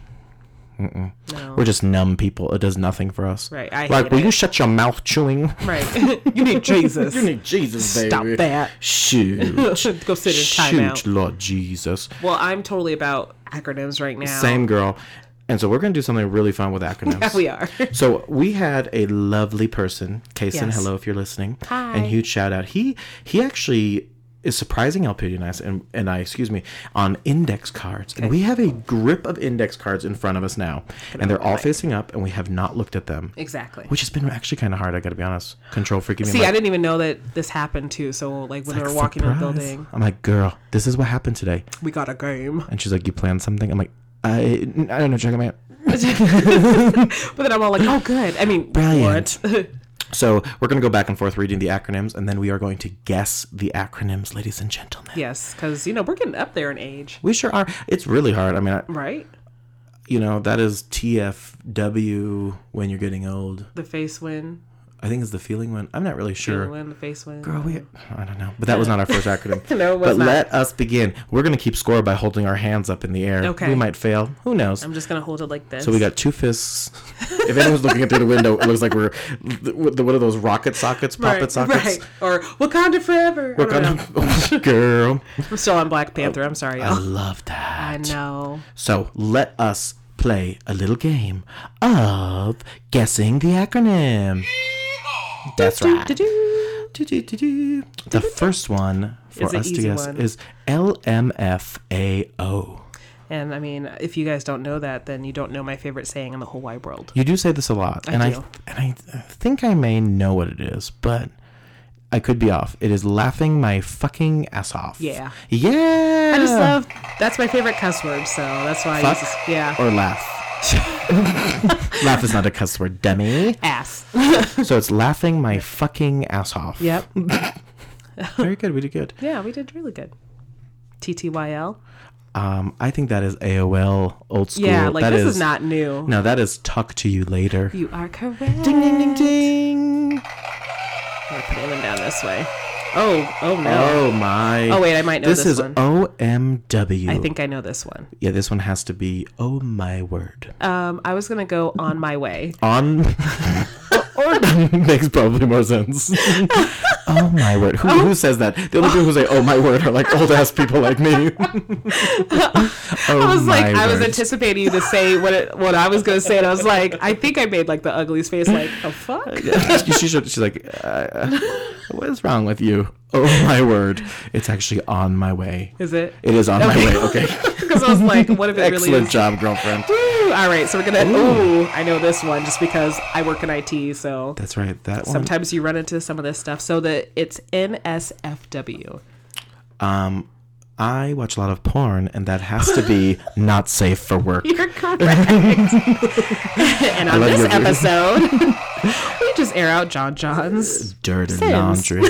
[SPEAKER 1] No.
[SPEAKER 2] we're just numb people. It does nothing for us.
[SPEAKER 1] Right, I
[SPEAKER 2] like,
[SPEAKER 1] hate
[SPEAKER 2] will
[SPEAKER 1] it.
[SPEAKER 2] you shut your mouth chewing?
[SPEAKER 1] Right. you need Jesus.
[SPEAKER 2] You need Jesus, baby.
[SPEAKER 1] Stop that.
[SPEAKER 2] Shoot.
[SPEAKER 1] Go sit in
[SPEAKER 2] Shoot,
[SPEAKER 1] timeout.
[SPEAKER 2] Lord Jesus.
[SPEAKER 1] Well, I'm totally about acronyms right now.
[SPEAKER 2] Same girl. And so we're going to do something really fun with acronyms.
[SPEAKER 1] Yeah, we are.
[SPEAKER 2] So we had a lovely person, Kason.
[SPEAKER 1] Yes.
[SPEAKER 2] Hello, if you're listening.
[SPEAKER 1] Hi.
[SPEAKER 2] And huge shout out. He he actually is surprising LPD and I and, and I excuse me on index cards, and we have a grip of index cards in front of us now, and they're all facing up, and we have not looked at them,
[SPEAKER 1] Exactly.
[SPEAKER 2] which has been actually kind of hard. I got to be honest. Control freaking me.
[SPEAKER 1] See, I
[SPEAKER 2] I'm like,
[SPEAKER 1] didn't even know that this happened too. So, like, when we were
[SPEAKER 2] "Like,
[SPEAKER 1] walking in the
[SPEAKER 2] surprise."
[SPEAKER 1] building,
[SPEAKER 2] I'm like, girl, this is what happened today,
[SPEAKER 1] we got a game.
[SPEAKER 2] and she's like, you planned something. I'm like, I I don't know, check them out.
[SPEAKER 1] But then I'm all like, oh, good. I mean,
[SPEAKER 2] Brilliant.
[SPEAKER 1] what?
[SPEAKER 2] So we're going to go back and forth reading the acronyms, and then we are going to guess the acronyms, ladies and gentlemen.
[SPEAKER 1] Yes, because you know we're getting up there in age,
[SPEAKER 2] We sure are. It's really hard. I mean, I,
[SPEAKER 1] right?
[SPEAKER 2] you know, that is TFW when you're getting old.
[SPEAKER 1] The face win,
[SPEAKER 2] I think it's the feeling when I'm not really
[SPEAKER 1] the
[SPEAKER 2] sure.
[SPEAKER 1] win, the face win.
[SPEAKER 2] Girl, we, I don't know. But that was not our first acronym.
[SPEAKER 1] No, it was
[SPEAKER 2] but
[SPEAKER 1] not.
[SPEAKER 2] let us begin. We're going to keep score by holding our hands up in the air.
[SPEAKER 1] Okay.
[SPEAKER 2] We might fail. Who knows?
[SPEAKER 1] I'm just gonna hold it like this.
[SPEAKER 2] So we got two fists. if anyone's looking through the window, it looks like we're the, the, one of those rocket sockets, poppet sockets.
[SPEAKER 1] right? Or Wakanda forever. I
[SPEAKER 2] We're
[SPEAKER 1] don't know.
[SPEAKER 2] gonna, girl.
[SPEAKER 1] I'm still on Black Panther. I'm sorry,
[SPEAKER 2] I
[SPEAKER 1] y'all.
[SPEAKER 2] love
[SPEAKER 1] I
[SPEAKER 2] that.
[SPEAKER 1] know.
[SPEAKER 2] So let us play a little game of guessing the acronym. That's right.
[SPEAKER 1] Do-do-do.
[SPEAKER 2] Do-do-do-do. The first one
[SPEAKER 1] It's
[SPEAKER 2] for
[SPEAKER 1] an
[SPEAKER 2] us to
[SPEAKER 1] easy
[SPEAKER 2] guess
[SPEAKER 1] one.
[SPEAKER 2] is LMFAO.
[SPEAKER 1] And I mean, if you guys don't know that, then you don't know my favorite saying in the whole wide world.
[SPEAKER 2] You do say this a lot, and
[SPEAKER 1] do.
[SPEAKER 2] I and I think I may know what it is, but I could be off. It is laughing my fucking ass off.
[SPEAKER 1] Yeah.
[SPEAKER 2] yeah.
[SPEAKER 1] I just love. That's my favorite cuss word, so that's why. I
[SPEAKER 2] Fuck
[SPEAKER 1] use this, yeah.
[SPEAKER 2] or laugh. laugh is not a cuss word, dummy.
[SPEAKER 1] ass.
[SPEAKER 2] So it's laughing my fucking ass off.
[SPEAKER 1] yep.
[SPEAKER 2] Very good. We did good.
[SPEAKER 1] Yeah, we did really good. TTYL.
[SPEAKER 2] Um, I think that is AOL old school.
[SPEAKER 1] Yeah, like
[SPEAKER 2] That
[SPEAKER 1] this is, not new.
[SPEAKER 2] No, that is talk to you later.
[SPEAKER 1] You are correct.
[SPEAKER 2] Ding ding ding ding.
[SPEAKER 1] I'm gonna put them down this way. Oh, oh no.
[SPEAKER 2] Oh my.
[SPEAKER 1] Oh, wait, I might know this
[SPEAKER 2] is
[SPEAKER 1] one.
[SPEAKER 2] OMW.
[SPEAKER 1] I think I know this one.
[SPEAKER 2] Yeah, this one has to be oh my word.
[SPEAKER 1] Um, I was gonna go on my way.
[SPEAKER 2] On or makes probably more sense. oh my word. Who, who says that? The only people who say oh my word are like old ass people like me. oh
[SPEAKER 1] I was like,
[SPEAKER 2] my
[SPEAKER 1] I was
[SPEAKER 2] word.
[SPEAKER 1] anticipating you to say what it, what I was gonna say, and I was like, I think I made like the ugliest face, like, oh fuck.
[SPEAKER 2] she, she should, she's like, uh, what is wrong with you? Oh my word. It's actually on my way.
[SPEAKER 1] Is it?
[SPEAKER 2] It is on
[SPEAKER 1] Okay.
[SPEAKER 2] my way. Okay.
[SPEAKER 1] Because I was like, what if it really
[SPEAKER 2] Excellent
[SPEAKER 1] is?
[SPEAKER 2] job, girlfriend.
[SPEAKER 1] Ooh, all right, so we're gonna. Ooh. I know this one just because I work in IT, so
[SPEAKER 2] That's right. That one.
[SPEAKER 1] sometimes you run into some of this stuff. So that it's NSFW.
[SPEAKER 2] Um, I watch a lot of porn, and that has to be not safe for work.
[SPEAKER 1] You're correct. and on
[SPEAKER 2] love
[SPEAKER 1] this
[SPEAKER 2] your-
[SPEAKER 1] episode, we just air out John John's.
[SPEAKER 2] Dirt and
[SPEAKER 1] Sims.
[SPEAKER 2] laundry.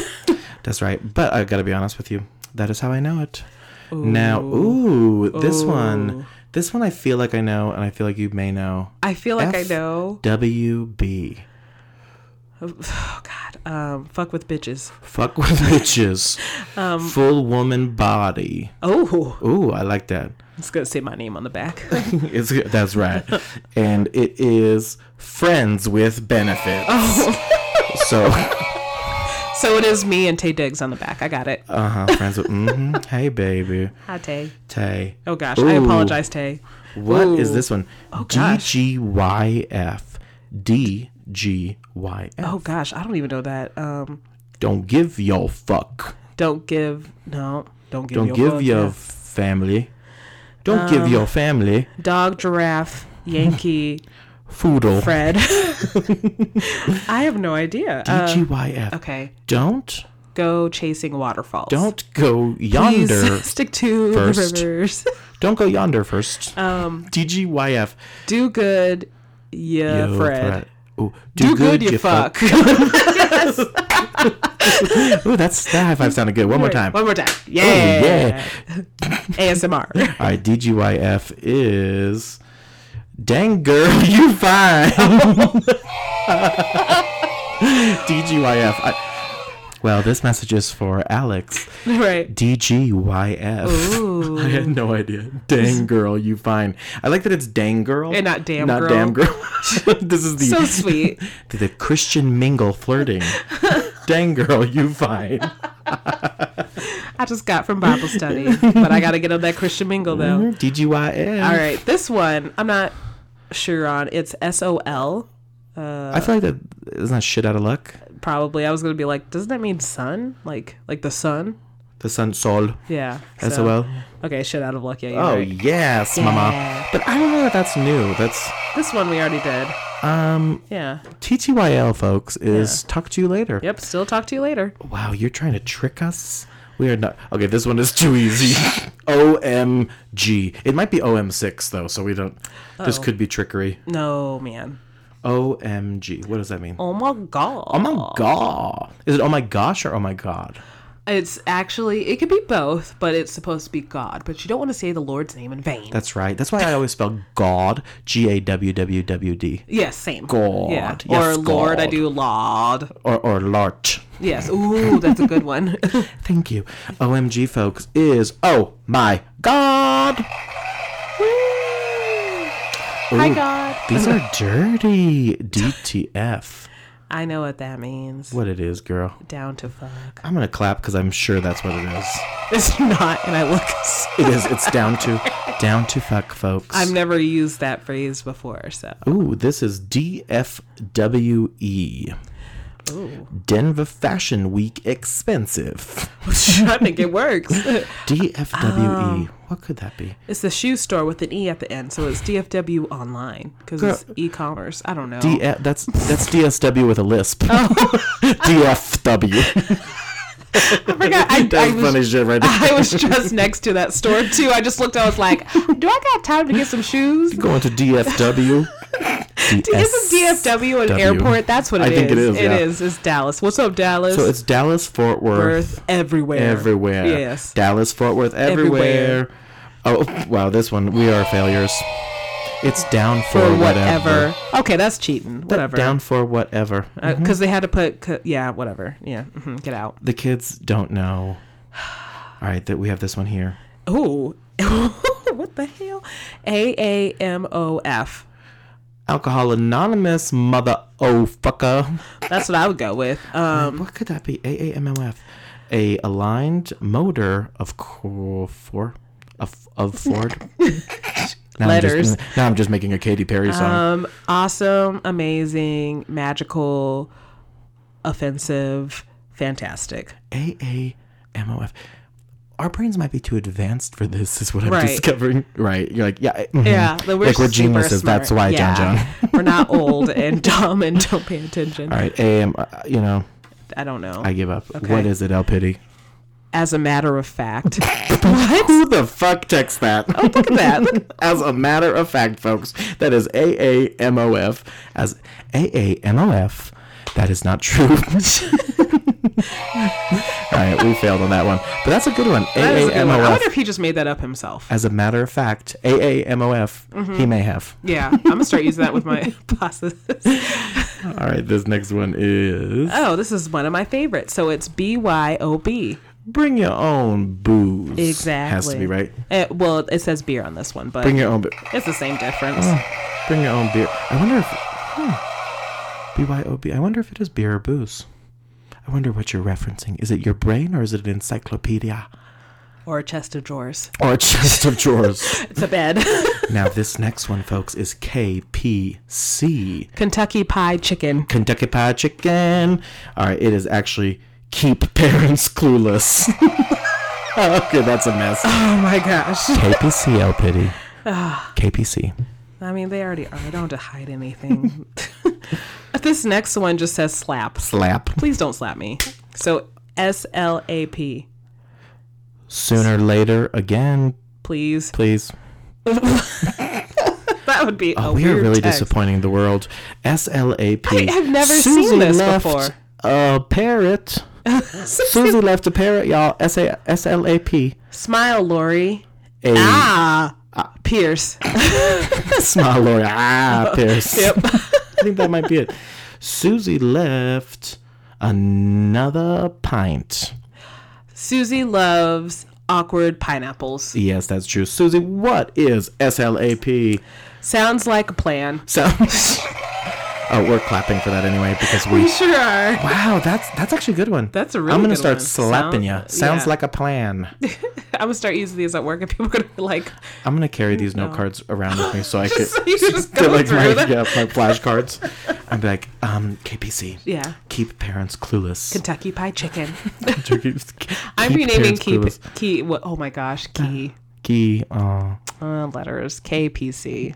[SPEAKER 2] That's right. But I gotta be honest with you. That is how I know it. Now, ooh, this one. This one I feel like I know, and I feel like you may know.
[SPEAKER 1] I feel like I
[SPEAKER 2] F-
[SPEAKER 1] know.
[SPEAKER 2] WB.
[SPEAKER 1] Oh God, um, fuck with bitches.
[SPEAKER 2] Fuck with bitches.
[SPEAKER 1] Um,
[SPEAKER 2] Full woman body.
[SPEAKER 1] Oh,
[SPEAKER 2] Ooh, I like that.
[SPEAKER 1] it's gonna say my name on the back.
[SPEAKER 2] It's, that's right. and it is friends with benefits.
[SPEAKER 1] Oh.
[SPEAKER 2] So.
[SPEAKER 1] so it is me and Tay Diggs on the back. I got it.
[SPEAKER 2] Uh huh. Friends with. hmm Hey, baby.
[SPEAKER 1] Hi Tay.
[SPEAKER 2] Tay.
[SPEAKER 1] Oh gosh, I
[SPEAKER 2] Ooh.
[SPEAKER 1] apologize, Tay.
[SPEAKER 2] What is
[SPEAKER 1] Ooh. Oh,
[SPEAKER 2] this one?
[SPEAKER 1] gosh.
[SPEAKER 2] DGYF. DGYF.
[SPEAKER 1] Oh gosh, I don't even know that. Um,
[SPEAKER 2] Don't give your fuck.
[SPEAKER 1] don't give. No, don't give.
[SPEAKER 2] Don't
[SPEAKER 1] your
[SPEAKER 2] give
[SPEAKER 1] fuck,
[SPEAKER 2] your
[SPEAKER 1] yeah. Um,
[SPEAKER 2] family. Don't give your family
[SPEAKER 1] dog, giraffe, Yankee,
[SPEAKER 2] foodle.
[SPEAKER 1] Fred. I have no idea. Uh,
[SPEAKER 2] DGYF.
[SPEAKER 1] okay,
[SPEAKER 2] Don't.
[SPEAKER 1] go chasing waterfalls.
[SPEAKER 2] Don't go
[SPEAKER 1] Please
[SPEAKER 2] yonder.
[SPEAKER 1] stick to
[SPEAKER 2] first.
[SPEAKER 1] the rivers.
[SPEAKER 2] Don't go yonder first. Um, DGYF.
[SPEAKER 1] Do good, yeah,
[SPEAKER 2] Yo,
[SPEAKER 1] uh, Fred.
[SPEAKER 2] Ooh,
[SPEAKER 1] Do, good, you fuck.
[SPEAKER 2] Ooh, that's that high five sounded good. One more time. Oh,
[SPEAKER 1] One more time. Yeah.
[SPEAKER 2] yeah.
[SPEAKER 1] ASMR.
[SPEAKER 2] All right, DGYF is dang girl, you fine. DGYF. I, well, this message is for Alex.
[SPEAKER 1] right.
[SPEAKER 2] DGYF.
[SPEAKER 1] Ooh.
[SPEAKER 2] I had no idea. Dang girl, you fine. I like that it's dang girl
[SPEAKER 1] And not damn
[SPEAKER 2] not
[SPEAKER 1] girl.
[SPEAKER 2] damn girl. this is the
[SPEAKER 1] So sweet.
[SPEAKER 2] the, the Christian mingle flirting. dang girl, you fine.
[SPEAKER 1] I just got from Bible study, but I got to get on that Christian mingle though.
[SPEAKER 2] Mm-hmm. DGYF.
[SPEAKER 1] Oh. All right. This one, I'm not sure on. It's SOL,
[SPEAKER 2] I feel like that isn't that shit out of luck.
[SPEAKER 1] Uh, probably. I was going to be like, doesn't that mean sun? Like like the sun?
[SPEAKER 2] The sun sol.
[SPEAKER 1] Yeah. so-
[SPEAKER 2] SOL.
[SPEAKER 1] Okay, shit out of luck. Yeah, you're
[SPEAKER 2] Oh
[SPEAKER 1] right.
[SPEAKER 2] yes, mama.
[SPEAKER 1] Yeah.
[SPEAKER 2] But I don't know that that's new. That's
[SPEAKER 1] This one we already did.
[SPEAKER 2] um
[SPEAKER 1] Yeah.
[SPEAKER 2] TTYL folks is talk to you later.
[SPEAKER 1] Yep. Still talk to you later.
[SPEAKER 2] Wow, you're trying to trick us? We are not Okay, this one is too easy.
[SPEAKER 1] Oh.
[SPEAKER 2] OMG. It might be OM6 though, so we don't this could be trickery.
[SPEAKER 1] No, man.
[SPEAKER 2] OMG. What does that mean?
[SPEAKER 1] Oh my god.
[SPEAKER 2] Oh my god. Is it oh my gosh or oh my god?
[SPEAKER 1] It's actually it could be both, but it's supposed to be God. But you don't want to say the Lord's name in vain.
[SPEAKER 2] That's right. That's why I always spell God G A W W W D.
[SPEAKER 1] yes, same.
[SPEAKER 2] God.
[SPEAKER 1] Yeah. or
[SPEAKER 2] Yes,
[SPEAKER 1] Lord, I
[SPEAKER 2] God.
[SPEAKER 1] do Lord.
[SPEAKER 2] Or or larch.
[SPEAKER 1] Yes. Ooh, that's a good one.
[SPEAKER 2] Thank you. OMG folks is oh my god.
[SPEAKER 1] Hi
[SPEAKER 2] Ooh,
[SPEAKER 1] God.
[SPEAKER 2] These are dirty. DTF.
[SPEAKER 1] I know what that means.
[SPEAKER 2] What it is, girl.
[SPEAKER 1] Down to fuck.
[SPEAKER 2] I'm gonna clap because I'm sure that's what it is.
[SPEAKER 1] It's not, and I look. s-
[SPEAKER 2] It is. It's down to down to fuck folks.
[SPEAKER 1] I've never used that phrase before, so
[SPEAKER 2] Ooh, this is DFWE.
[SPEAKER 1] Ooh.
[SPEAKER 2] E. Denver Fashion Week expensive.
[SPEAKER 1] I think it works.
[SPEAKER 2] DFWE. E. what could that be?
[SPEAKER 1] It's the shoe store with an e at the end, so it's DFW online because it's e-commerce. I don't know.
[SPEAKER 2] DF, that's that's DSW with a lisp. Oh. DFW.
[SPEAKER 1] I forgot. I,
[SPEAKER 2] That's
[SPEAKER 1] I was,
[SPEAKER 2] funny shit right there.
[SPEAKER 1] I was just next to that store too. I just looked. I was like, "Do I got time to get some shoes?"
[SPEAKER 2] Going to DFW. DS.
[SPEAKER 1] Isn't DFW an
[SPEAKER 2] W.
[SPEAKER 1] airport? That's what
[SPEAKER 2] I
[SPEAKER 1] it is.
[SPEAKER 2] think it is, yeah.
[SPEAKER 1] is. It's Dallas. What's up, Dallas?
[SPEAKER 2] So it's Dallas Fort Worth.
[SPEAKER 1] Earth everywhere.
[SPEAKER 2] Everywhere.
[SPEAKER 1] Yes.
[SPEAKER 2] Dallas Fort Worth
[SPEAKER 1] Everywhere.
[SPEAKER 2] everywhere. Oh wow, this one we are failures. It's down for,
[SPEAKER 1] Or
[SPEAKER 2] whatever.
[SPEAKER 1] whatever. Okay, that's cheating. Whatever.
[SPEAKER 2] Down mm-hmm. for whatever.
[SPEAKER 1] because they had to put c- yeah whatever yeah hmm get out
[SPEAKER 2] the kids don't know. All right, that we have this one here.
[SPEAKER 1] ooh what the hell a a m o f
[SPEAKER 2] Alcohol Anonymous, mother oh fucker.
[SPEAKER 1] that's what i would go with um
[SPEAKER 2] what could that be? AAMMF. A aligned motor of co- for of, of Ford. now I'm
[SPEAKER 1] Letters.
[SPEAKER 2] just, now I'm just making a Katy Perry song.
[SPEAKER 1] um awesome amazing magical offensive fantastic
[SPEAKER 2] AAMOF. Our brains might be too advanced for this, is what I'm
[SPEAKER 1] Right.
[SPEAKER 2] discovering. Right. You're like, yeah. mhm.
[SPEAKER 1] yeah the
[SPEAKER 2] like we're
[SPEAKER 1] super
[SPEAKER 2] geniuses.
[SPEAKER 1] smart.
[SPEAKER 2] That's why,
[SPEAKER 1] Yeah.
[SPEAKER 2] John John.
[SPEAKER 1] we're not old and dumb and don't pay attention
[SPEAKER 2] All right. AM, uh, you know,
[SPEAKER 1] i don't know
[SPEAKER 2] I give up.
[SPEAKER 1] Okay.
[SPEAKER 2] What is it, El Pity?
[SPEAKER 1] as a matter of fact what
[SPEAKER 2] Who the fuck texts that?
[SPEAKER 1] look at that Look-
[SPEAKER 2] As a matter of fact, folks, that is AAMOF. As AAMOF, that is not true. All right, we failed on that one. But that's a good one.
[SPEAKER 1] that is a good one. i wonder
[SPEAKER 2] AAMOF.
[SPEAKER 1] if he just made that up himself
[SPEAKER 2] As a matter of fact, AAMOF,
[SPEAKER 1] Mm-hmm.
[SPEAKER 2] he may have.
[SPEAKER 1] Yeah, I'm gonna start using that with my bosses. Mm-hmm.
[SPEAKER 2] All right, this next one is
[SPEAKER 1] Oh, this is one of my favorites. So it's B Y O B.
[SPEAKER 2] Bring Your Own Booze.
[SPEAKER 1] Exactly.
[SPEAKER 2] Has to be right.
[SPEAKER 1] Eh, well, it says beer on this one, but
[SPEAKER 2] Bring Your Own Booze.
[SPEAKER 1] it's the same difference.
[SPEAKER 2] Bring your own beer. I wonder if hmm, BYOB. I wonder if it is beer or booze. I wonder what you're referencing. Is it your brain or is it an encyclopedia
[SPEAKER 1] Or a chest of drawers.
[SPEAKER 2] or a chest of drawers?
[SPEAKER 1] It's a bed.
[SPEAKER 2] now this next one, folks, is KPC,
[SPEAKER 1] Kentucky Pie Chicken.
[SPEAKER 2] Kentucky Fried Chicken. All right, it is actually keep parents clueless. okay, that's a mess.
[SPEAKER 1] Oh my gosh.
[SPEAKER 2] KPC, El Pity. KPC.
[SPEAKER 1] I mean, they already are. I don't have to hide anything. this next one just says slap.
[SPEAKER 2] Slap.
[SPEAKER 1] Please don't slap me. So S L A P.
[SPEAKER 2] Sooner later again,
[SPEAKER 1] Please.
[SPEAKER 2] please.
[SPEAKER 1] That would be a
[SPEAKER 2] we are
[SPEAKER 1] weird
[SPEAKER 2] really
[SPEAKER 1] text.
[SPEAKER 2] disappointing the world. S L A P.
[SPEAKER 1] I have never seen this before.
[SPEAKER 2] A parrot. Susie left a parrot, y'all. S A S L A P.
[SPEAKER 1] Smile, Lori.
[SPEAKER 2] A
[SPEAKER 1] Ah, Pierce.
[SPEAKER 2] small Lori. Ah, Pierce.
[SPEAKER 1] Yep.
[SPEAKER 2] I think that might be it. Susie left another pint.
[SPEAKER 1] Susie loves awkward pineapples.
[SPEAKER 2] Yes, that's true. Susie, what is S L A P?
[SPEAKER 1] Sounds like a plan.
[SPEAKER 2] So, oh, we're clapping for that anyway because we.
[SPEAKER 1] You sure are.
[SPEAKER 2] Wow, that's that's actually a good one.
[SPEAKER 1] That's a really
[SPEAKER 2] I'm gonna
[SPEAKER 1] good
[SPEAKER 2] start
[SPEAKER 1] one.
[SPEAKER 2] slapping
[SPEAKER 1] Sound-
[SPEAKER 2] you. Sounds
[SPEAKER 1] yeah.
[SPEAKER 2] like a plan.
[SPEAKER 1] I'm gonna start using these at work, and people are gonna be like,
[SPEAKER 2] I'm gonna carry these note cards around with me so I could
[SPEAKER 1] so you just
[SPEAKER 2] they're
[SPEAKER 1] go
[SPEAKER 2] like
[SPEAKER 1] through
[SPEAKER 2] my
[SPEAKER 1] them.
[SPEAKER 2] yeah my flashcards. I'm like um KPC.
[SPEAKER 1] Yeah.
[SPEAKER 2] Keep parents clueless.
[SPEAKER 1] Kentucky Pie Chicken. I'm
[SPEAKER 2] I'm
[SPEAKER 1] renaming key, key. What, oh my gosh, key
[SPEAKER 2] Key. Uh,
[SPEAKER 1] uh, letters KPC.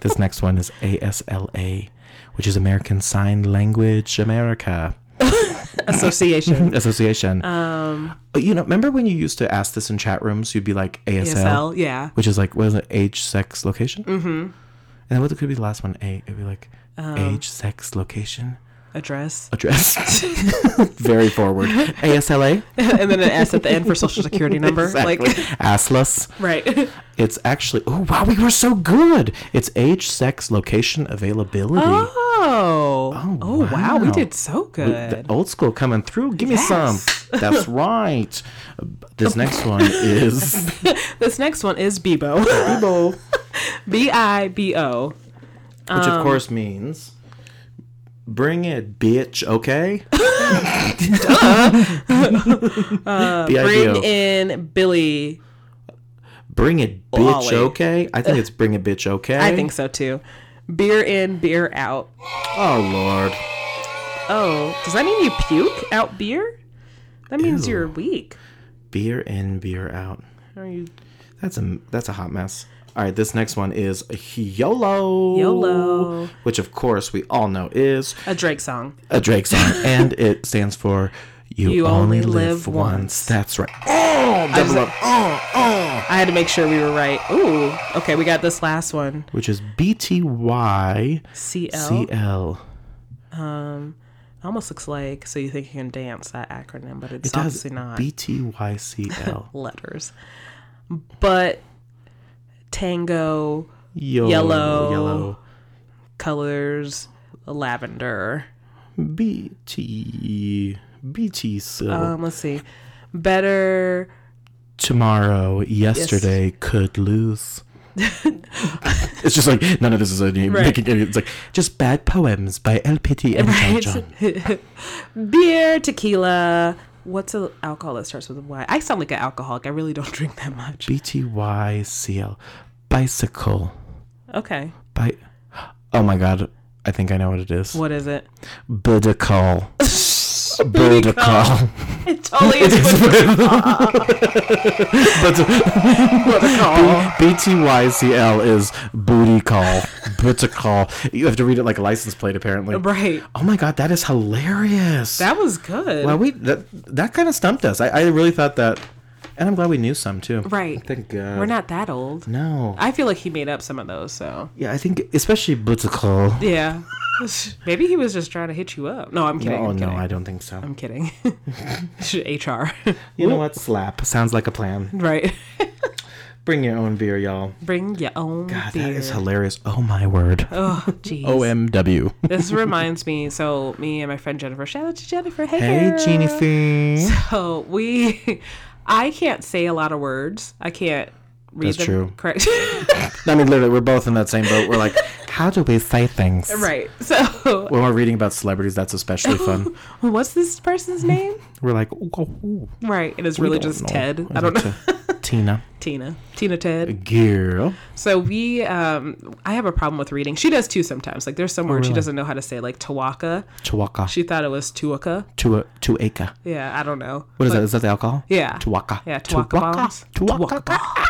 [SPEAKER 2] this next one is ASLA, which is American Sign Language America
[SPEAKER 1] Association.
[SPEAKER 2] Association. Um, you know, remember when you used to ask this in chat rooms? You'd be like ASL,
[SPEAKER 1] ASL. Yeah.
[SPEAKER 2] which is like what is it? Age, sex, location. Mm-hmm. then what could be the last one? A. It'd be like
[SPEAKER 1] Um.
[SPEAKER 2] age, sex, location,
[SPEAKER 1] address,
[SPEAKER 2] address. Very forward. ASLA.
[SPEAKER 1] and then an S at the end for social security number. Like,
[SPEAKER 2] Assless.
[SPEAKER 1] right.
[SPEAKER 2] It's actually. Oh wow, we were so good. It's age, sex, location, availability.
[SPEAKER 1] Oh. Oh, wow. We
[SPEAKER 2] wow.
[SPEAKER 1] did so good.
[SPEAKER 2] We- the old school coming through. Give me some.
[SPEAKER 1] Yes.
[SPEAKER 2] That's right. This next one is
[SPEAKER 1] this next one is Bebo.
[SPEAKER 2] Bebo,
[SPEAKER 1] B I B O.
[SPEAKER 2] which of course means bring it, bitch. Okay. B-I-B-O.
[SPEAKER 1] Bring in Billy.
[SPEAKER 2] Bring it, bitch.
[SPEAKER 1] Wally.
[SPEAKER 2] Okay. I think it's bring it, bitch. Okay.
[SPEAKER 1] I think so too. Beer in, beer out.
[SPEAKER 2] Oh lord.
[SPEAKER 1] Oh, does that mean you puke out beer? That means you're weak.
[SPEAKER 2] Beer in, beer out.
[SPEAKER 1] Are you
[SPEAKER 2] That's a that's a hot mess. All right, this next one is YOLO.
[SPEAKER 1] YOLO.
[SPEAKER 2] Which, of course, we all know is
[SPEAKER 1] a Drake song?
[SPEAKER 2] a Drake song, and it stands for "You, only, Live, once. That's right. Oh, double up. Oh, oh.
[SPEAKER 1] I had to make sure we were right. Ooh, okay, we got this last one.
[SPEAKER 2] Which is B T Y
[SPEAKER 1] C L
[SPEAKER 2] C L.
[SPEAKER 1] almost looks like so you think you can dance that acronym, but it's
[SPEAKER 2] It does
[SPEAKER 1] obviously not
[SPEAKER 2] B T Y C L.
[SPEAKER 1] letters. But tango
[SPEAKER 2] Yo-
[SPEAKER 1] Yellow.
[SPEAKER 2] Yellow.
[SPEAKER 1] colors lavender.
[SPEAKER 2] B T E. B T C.
[SPEAKER 1] Um, let's see. Better
[SPEAKER 2] tomorrow, yesterday could lose. it's just like none of this is any
[SPEAKER 1] Right.
[SPEAKER 2] making any. It's like just bad poems by LPT and John John.
[SPEAKER 1] beer, tequila. What's an alcohol that starts with a Y? I sound like an alcoholic. I really don't drink that much.
[SPEAKER 2] B T Y C L bicycle
[SPEAKER 1] Okay.
[SPEAKER 2] by. Oh my god! I think I know what it is.
[SPEAKER 1] What is it?
[SPEAKER 2] Bidical. Bidical.
[SPEAKER 1] It totally is.
[SPEAKER 2] uh, uh, B T Y C L is booty call. Booty call. You have to read it like a license plate, apparently.
[SPEAKER 1] right.
[SPEAKER 2] Oh my god, that is hilarious.
[SPEAKER 1] That was good.
[SPEAKER 2] Well, we that that kind of stumped us. I, I really thought that, and I'm glad we knew some too.
[SPEAKER 1] Right.
[SPEAKER 2] Thank God.
[SPEAKER 1] We're not that old.
[SPEAKER 2] No.
[SPEAKER 1] I feel like he made up some of those, so.
[SPEAKER 2] yeah, I think especially Buttigieg.
[SPEAKER 1] Yeah. Maybe he was just trying to hit you up. No, I'm kidding.
[SPEAKER 2] Oh
[SPEAKER 1] I'm
[SPEAKER 2] no,
[SPEAKER 1] kidding.
[SPEAKER 2] I don't think so.
[SPEAKER 1] I'm kidding. HR.
[SPEAKER 2] you know what? Slap sounds like a plan.
[SPEAKER 1] right.
[SPEAKER 2] Bring your own beer, y'all.
[SPEAKER 1] Bring your own
[SPEAKER 2] God,
[SPEAKER 1] beer.
[SPEAKER 2] that is hilarious. Oh my word.
[SPEAKER 1] oh, jeez.
[SPEAKER 2] Omw.
[SPEAKER 1] this reminds me. So, me and my friend Jennifer. Shout out to Jennifer. Hey,
[SPEAKER 2] Hey,
[SPEAKER 1] girl.
[SPEAKER 2] Jennifer.
[SPEAKER 1] So we, I can't say a lot of words. I can't read them
[SPEAKER 2] That's true.
[SPEAKER 1] correct.
[SPEAKER 2] I mean, literally, we're both in that same boat. We're like, how do we say things?
[SPEAKER 1] right. So,
[SPEAKER 2] When we're reading about celebrities, that's especially fun.
[SPEAKER 1] what's this person's name?
[SPEAKER 2] We're like, ooh, ooh, ooh.
[SPEAKER 1] Right. It is really
[SPEAKER 2] don't
[SPEAKER 1] just
[SPEAKER 2] know.
[SPEAKER 1] Ted. I don't know.
[SPEAKER 2] Tina.
[SPEAKER 1] Tina. Tina Ted.
[SPEAKER 2] Girl.
[SPEAKER 1] So we, um, I have a problem with reading. She does too sometimes. Like there's some
[SPEAKER 2] Oh,
[SPEAKER 1] word she doesn't know how to say, like Tawaka.
[SPEAKER 2] Chihuahua.
[SPEAKER 1] She thought it was Tuaka.
[SPEAKER 2] Tua, Tuaca.
[SPEAKER 1] Yeah, I don't know.
[SPEAKER 2] What is that? Is that the alcohol?
[SPEAKER 1] Yeah.
[SPEAKER 2] Tuaca.
[SPEAKER 1] Yeah, Tuaca bombs.
[SPEAKER 2] Tuaca.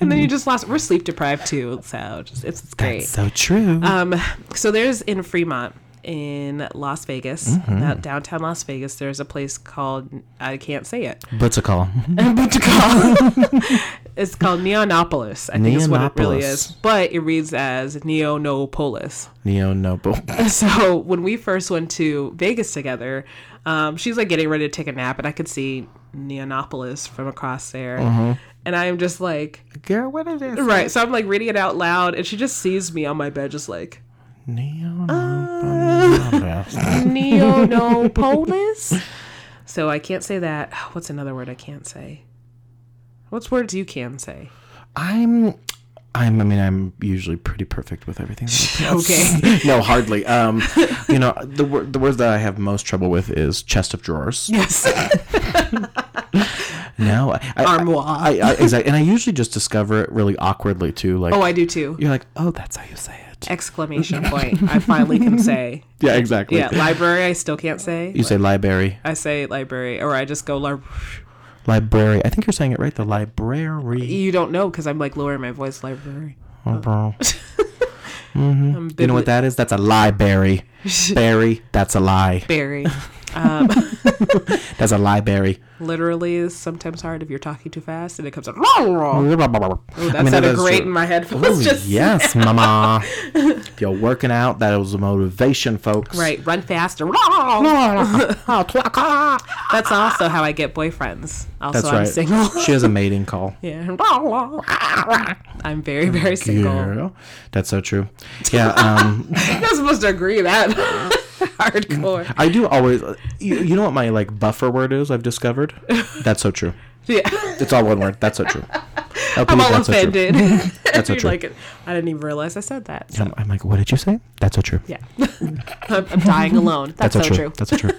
[SPEAKER 1] And then you just lost. We're sleep deprived too, so just, it's, it's great.
[SPEAKER 2] So true.
[SPEAKER 1] Um, so there's in Fremont in Las Vegas,
[SPEAKER 2] Mm-hmm.
[SPEAKER 1] now downtown Las Vegas. There's a place called I can't say it.
[SPEAKER 2] What's it called?
[SPEAKER 1] It's called Neonopolis. I think is what it really
[SPEAKER 2] Neonopolis.
[SPEAKER 1] is, but it reads as Neonopolis.
[SPEAKER 2] Neo Noble.
[SPEAKER 1] So when we first went to Vegas together, um, she's like getting ready to take a nap, and I could see Neonopolis from across there, and I'm just like,
[SPEAKER 2] Girl, what is this?
[SPEAKER 1] right. So I'm like reading it out loud, and she just sees me on my bed, just like.
[SPEAKER 2] Neo
[SPEAKER 1] Uh. Neonopolis. so I can't say that. What's another word I can't say? What's words you can say?
[SPEAKER 2] I'm. I'm, I mean, I'm usually pretty perfect with everything.
[SPEAKER 1] Okay.
[SPEAKER 2] no, hardly. Um, you know, the word the words that I have most trouble with is chest of drawers.
[SPEAKER 1] Yes.
[SPEAKER 2] No, I, I,
[SPEAKER 1] Armoire.
[SPEAKER 2] I, I, exactly, and I usually just discover it really awkwardly too. Like,
[SPEAKER 1] oh, I do too.
[SPEAKER 2] you're like, oh, that's how you say it.
[SPEAKER 1] Exclamation point. I finally can say.
[SPEAKER 2] Yeah, exactly.
[SPEAKER 1] Yeah, library, I still can't say.
[SPEAKER 2] you say library.
[SPEAKER 1] I say library, or I just go, lib-
[SPEAKER 2] Library. I think you're saying it right. The library. Uh-huh.
[SPEAKER 1] you don't know because I'm like lowering my voice, library. I'm
[SPEAKER 2] Mm-hmm. You know what that is? That's a lie, Barry. Barry, that's a lie.
[SPEAKER 1] Barry.
[SPEAKER 2] That's a library.
[SPEAKER 1] Literally is sometimes hard if you're talking too fast and it comes out. That
[SPEAKER 2] that
[SPEAKER 1] sounded great in
[SPEAKER 2] true.
[SPEAKER 1] my headphones.
[SPEAKER 2] Ooh,
[SPEAKER 1] just
[SPEAKER 2] yes, mama. if you're working out, that was a motivation, folks.
[SPEAKER 1] Right, run faster.
[SPEAKER 2] That's
[SPEAKER 1] That's also how I get boyfriends. Also, I'm
[SPEAKER 2] right.
[SPEAKER 1] single.
[SPEAKER 2] She has a mating call.
[SPEAKER 1] yeah. I'm very,
[SPEAKER 2] Oh,
[SPEAKER 1] very single.
[SPEAKER 2] Girl. That's so true. Yeah. Um,
[SPEAKER 1] You're not supposed to agree that hardcore.
[SPEAKER 2] I do always. You, you know what my like buffer word is? I've discovered. That's so true.
[SPEAKER 1] Yeah.
[SPEAKER 2] It's all one word. That's so true. I'll
[SPEAKER 1] I'm
[SPEAKER 2] believe
[SPEAKER 1] all
[SPEAKER 2] that's so true.
[SPEAKER 1] offended.
[SPEAKER 2] That's so
[SPEAKER 1] You're
[SPEAKER 2] true.
[SPEAKER 1] Like, I didn't even realize I said that. So,
[SPEAKER 2] I'm, I'm like, what did you say? That's so true.
[SPEAKER 1] yeah. I'm, I'm dying alone. That's,
[SPEAKER 2] That's so
[SPEAKER 1] so
[SPEAKER 2] true.
[SPEAKER 1] true.
[SPEAKER 2] That's so true.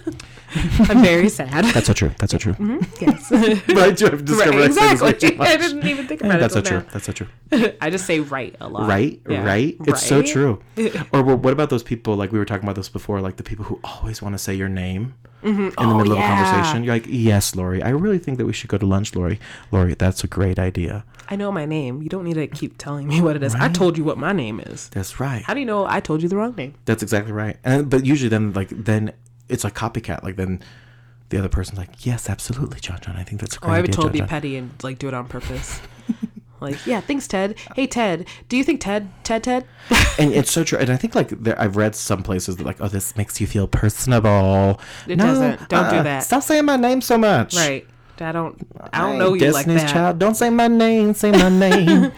[SPEAKER 1] I'm very sad.
[SPEAKER 2] That's so true. That's so true.
[SPEAKER 1] yes.
[SPEAKER 2] Right, you have discovered
[SPEAKER 1] right,
[SPEAKER 2] I say this way too
[SPEAKER 1] exactly. I
[SPEAKER 2] much.
[SPEAKER 1] didn't even think about
[SPEAKER 2] That's so
[SPEAKER 1] it.
[SPEAKER 2] true.
[SPEAKER 1] till
[SPEAKER 2] That's so true.
[SPEAKER 1] now. I just say right a lot.
[SPEAKER 2] Right,
[SPEAKER 1] Yeah.
[SPEAKER 2] right. It's so
[SPEAKER 1] Right?
[SPEAKER 2] true. or wh- what about those people? Like we were talking about this before. Like the people who always want to say your name in the middle of a
[SPEAKER 1] Mm-hmm. Oh, yeah.
[SPEAKER 2] conversation. You're like, yes, Lori. I really think that we should go to lunch, Lori. Lori, that's a great idea.
[SPEAKER 1] I know my name. You don't need to keep telling me what it is. I told you what my name is.
[SPEAKER 2] That's right.
[SPEAKER 1] How do you know I told you the wrong name?
[SPEAKER 2] That's exactly right. And but usually then like then it's like copycat. Like then the other person's like, yes, absolutely, John. John, I think that's a great
[SPEAKER 1] Or Oh, I would
[SPEAKER 2] idea.
[SPEAKER 1] totally be
[SPEAKER 2] John, John.
[SPEAKER 1] petty and like do it on purpose. like, yeah, thanks, Ted. Hey, Ted, do you think Ted, Ted, Ted?
[SPEAKER 2] and it's so true. And I think like there, I've read some places that like, oh, this makes you feel personable. "Uh,
[SPEAKER 1] It doesn't. Don't do that.
[SPEAKER 2] Stop saying my name so much.
[SPEAKER 1] right. I don't, I
[SPEAKER 2] Hey,
[SPEAKER 1] don't know you
[SPEAKER 2] Destiny's
[SPEAKER 1] like that.
[SPEAKER 2] Child, don't say my name. Say my name.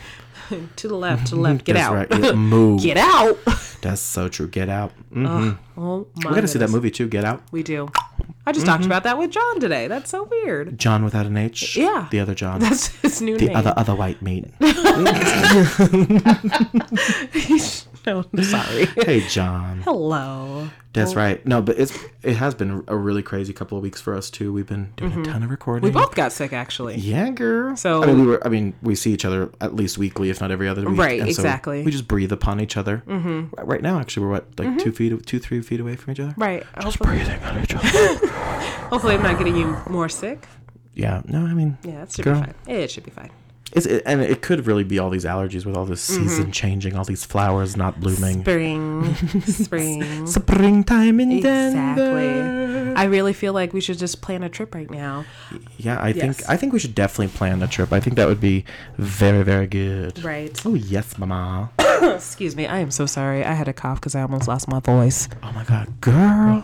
[SPEAKER 1] To the left, to the left. Get
[SPEAKER 2] That's
[SPEAKER 1] out.
[SPEAKER 2] right. yeah, move.
[SPEAKER 1] Get out.
[SPEAKER 2] That's so true. Get out.
[SPEAKER 1] Oh my.
[SPEAKER 2] We gotta see that
[SPEAKER 1] goodness.
[SPEAKER 2] movie Mm-hmm. too. Get out.
[SPEAKER 1] We do. I just talked about that with John today. That's so weird.
[SPEAKER 2] John without an H.
[SPEAKER 1] Yeah.
[SPEAKER 2] The other John.
[SPEAKER 1] That's his new
[SPEAKER 2] the
[SPEAKER 1] name.
[SPEAKER 2] other other white meat.
[SPEAKER 1] no, I'm sorry.
[SPEAKER 2] hey John.
[SPEAKER 1] Hello.
[SPEAKER 2] That's right. No, but it's it has been a really crazy couple of weeks for us too. We've been doing a ton of recording.
[SPEAKER 1] We both got sick actually.
[SPEAKER 2] Yeah, girl.
[SPEAKER 1] Mm-hmm. So-
[SPEAKER 2] I mean, we were. I mean, we see each other at least weekly, if not every other week.
[SPEAKER 1] Right,
[SPEAKER 2] so
[SPEAKER 1] exactly. Mm-hmm.
[SPEAKER 2] we just breathe upon each other. Mm-hmm. Right now, actually, we're what like two feet, two three feet away from each other.
[SPEAKER 1] Right.
[SPEAKER 2] Just
[SPEAKER 1] Hopefully,
[SPEAKER 2] breathing on each other.
[SPEAKER 1] hopefully, I'm not getting you more sick.
[SPEAKER 2] yeah. No, I mean.
[SPEAKER 1] Yeah, that should
[SPEAKER 2] Girl.
[SPEAKER 1] be fine. It should be fine.
[SPEAKER 2] It's, it, and it could really be all these allergies with all this season changing, all these flowers not blooming.
[SPEAKER 1] Mm-hmm. Spring, spring.
[SPEAKER 2] Springtime in Denver.
[SPEAKER 1] Exactly. I really feel like we should just plan a trip right now.
[SPEAKER 2] Yeah, I
[SPEAKER 1] Yes.
[SPEAKER 2] think I think we should definitely plan a trip. I think that would be very very good.
[SPEAKER 1] Right.
[SPEAKER 2] Oh yes, mama.
[SPEAKER 1] Excuse me. I am so sorry. I had a cough because I almost lost my voice.
[SPEAKER 2] Oh my god, girl.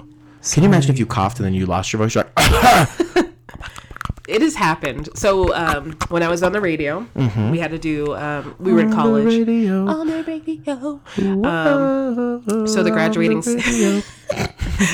[SPEAKER 2] Can you imagine if you coughed and then you lost your voice? You're like,
[SPEAKER 1] It has happened. So um, when I was on the radio, we had to do. Um, we were in college.
[SPEAKER 2] "Oh, radio.
[SPEAKER 1] On the radio.
[SPEAKER 2] Um,
[SPEAKER 1] So the graduating se-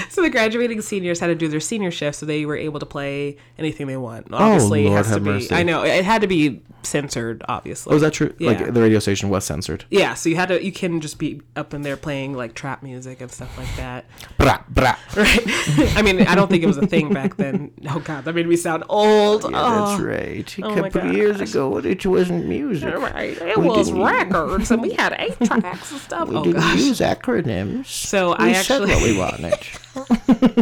[SPEAKER 1] so the graduating seniors had to do their senior shift, so they were able to play anything they want. Obviously, it
[SPEAKER 2] Oh, Lord
[SPEAKER 1] has to
[SPEAKER 2] have
[SPEAKER 1] be.
[SPEAKER 2] mercy.
[SPEAKER 1] I know it had to be censored. Obviously,
[SPEAKER 2] Oh, is that true?
[SPEAKER 1] Yeah.
[SPEAKER 2] Like the radio station was censored.
[SPEAKER 1] yeah. So you had to. You can just be up in there playing like trap music and stuff like that.
[SPEAKER 2] Brah, brah.
[SPEAKER 1] Right. I mean, I don't think it was a thing back then. Oh God, that made me sound old.
[SPEAKER 2] That's
[SPEAKER 1] oh.
[SPEAKER 2] right. A
[SPEAKER 1] my
[SPEAKER 2] couple of years
[SPEAKER 1] gosh.
[SPEAKER 2] ago, it wasn't music.
[SPEAKER 1] Right. It
[SPEAKER 2] We
[SPEAKER 1] was
[SPEAKER 2] didn't use-
[SPEAKER 1] records, and we had eight tracks and stuff.
[SPEAKER 2] We
[SPEAKER 1] oh
[SPEAKER 2] didn't
[SPEAKER 1] gosh,
[SPEAKER 2] use acronyms.
[SPEAKER 1] So
[SPEAKER 2] we
[SPEAKER 1] I
[SPEAKER 2] said
[SPEAKER 1] actually-
[SPEAKER 2] what we wanted.
[SPEAKER 1] we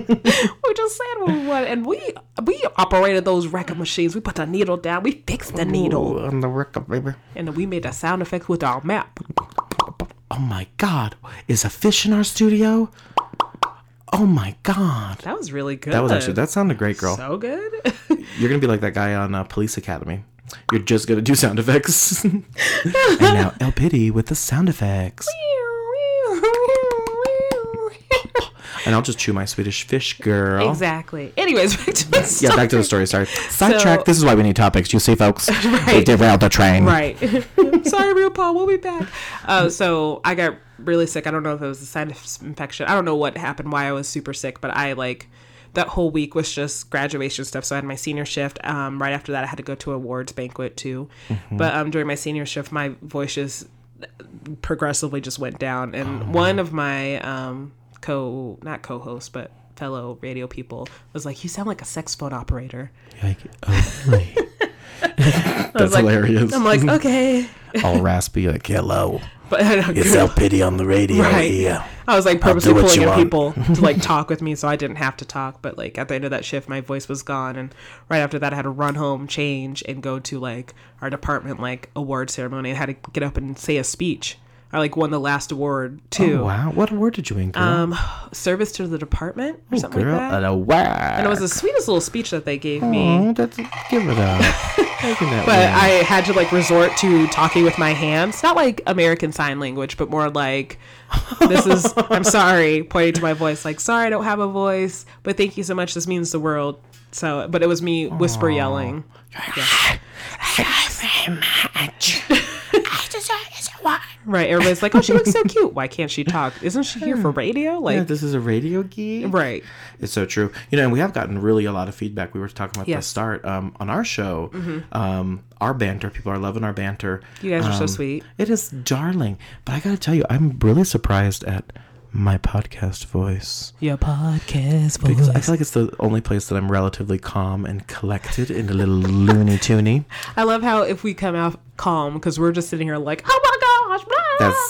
[SPEAKER 1] just said what we wanted, and we we operated those record machines. We put the needle down, we fixed the needle,
[SPEAKER 2] Ooh, on the record, baby.
[SPEAKER 1] and then we made the sound effects with our map.
[SPEAKER 2] Oh my God! Is a fish in our studio? Oh my God!
[SPEAKER 1] That was really good.
[SPEAKER 2] That was actually that sounded great, girl.
[SPEAKER 1] so good.
[SPEAKER 2] You're gonna be like that guy on uh, Police Academy. You're just gonna do sound effects. and now El Pity with the sound effects. And I'll just chew my Swedish fish, girl.
[SPEAKER 1] exactly. Anyways, back to the
[SPEAKER 2] Yeah,
[SPEAKER 1] story.
[SPEAKER 2] back to the story. Sorry. Sidetrack. this is why we need topics. You see, folks, they
[SPEAKER 1] Right.
[SPEAKER 2] derailed the train.
[SPEAKER 1] Right. Sorry, RuPaul. We'll be back. Uh, so I got really sick. I don't know if it was a sinus infection. I don't know what happened, why I was super sick, but I like that whole week was just graduation stuff. So I had my senior shift. Um, right after that, I had to go to awards banquet too. But um, during my senior shift, my voice just progressively just went down. And one of my um, co, not co hosts, but fellow radio people was like, You sound like a saxophone operator.
[SPEAKER 2] You're like, oh, really? That's
[SPEAKER 1] like-
[SPEAKER 2] hilarious.
[SPEAKER 1] I'm like, Okay.
[SPEAKER 2] all raspy. You're like, hello,
[SPEAKER 1] But I don't
[SPEAKER 2] it's El Pity on the radio
[SPEAKER 1] Right.
[SPEAKER 2] here.
[SPEAKER 1] I was like purposely
[SPEAKER 2] what
[SPEAKER 1] pulling
[SPEAKER 2] you
[SPEAKER 1] in
[SPEAKER 2] want.
[SPEAKER 1] people to like talk with me so I didn't have to talk. But like at the end of that shift, my voice was gone. And right after that, I had to run home, change, and go to like our department like award ceremony. I had to get up and say a speech. I like won the last award too.
[SPEAKER 2] Oh, wow. What award did you win, girl?
[SPEAKER 1] Um, service to the department or something
[SPEAKER 2] Oh, girl,
[SPEAKER 1] like that.
[SPEAKER 2] and a whack.
[SPEAKER 1] And it was the sweetest little speech that they gave me.
[SPEAKER 2] Oh, that's give it up. Making that
[SPEAKER 1] But
[SPEAKER 2] win.
[SPEAKER 1] I had to like resort to talking with my hands, not like American Sign Language, but more like this is I'm sorry, pointing to my voice, like sorry I don't have a voice, but thank you so much. This means the world. So, but it was me whisper yelling. Right, everybody's like, "Oh, she looks so cute. Why can't she talk? Isn't she here for radio?" Like,
[SPEAKER 2] Yeah, this is a radio geek.
[SPEAKER 1] right.
[SPEAKER 2] It's so true. You know, and we have gotten really a lot of feedback. We were talking about at the
[SPEAKER 1] Yes. Mm-hmm.
[SPEAKER 2] start um, on our show. Um, our banter, people are loving our banter.
[SPEAKER 1] You guys are so
[SPEAKER 2] Um,
[SPEAKER 1] sweet.
[SPEAKER 2] It is darling. But I got to tell you, I'm really surprised at my podcast voice.
[SPEAKER 1] Your podcast
[SPEAKER 2] Because I feel like it's the only place that I'm relatively calm and collected and a little loony toony.
[SPEAKER 1] I love how if we come out calm because we're just sitting here like, oh my gosh, blah."
[SPEAKER 2] That's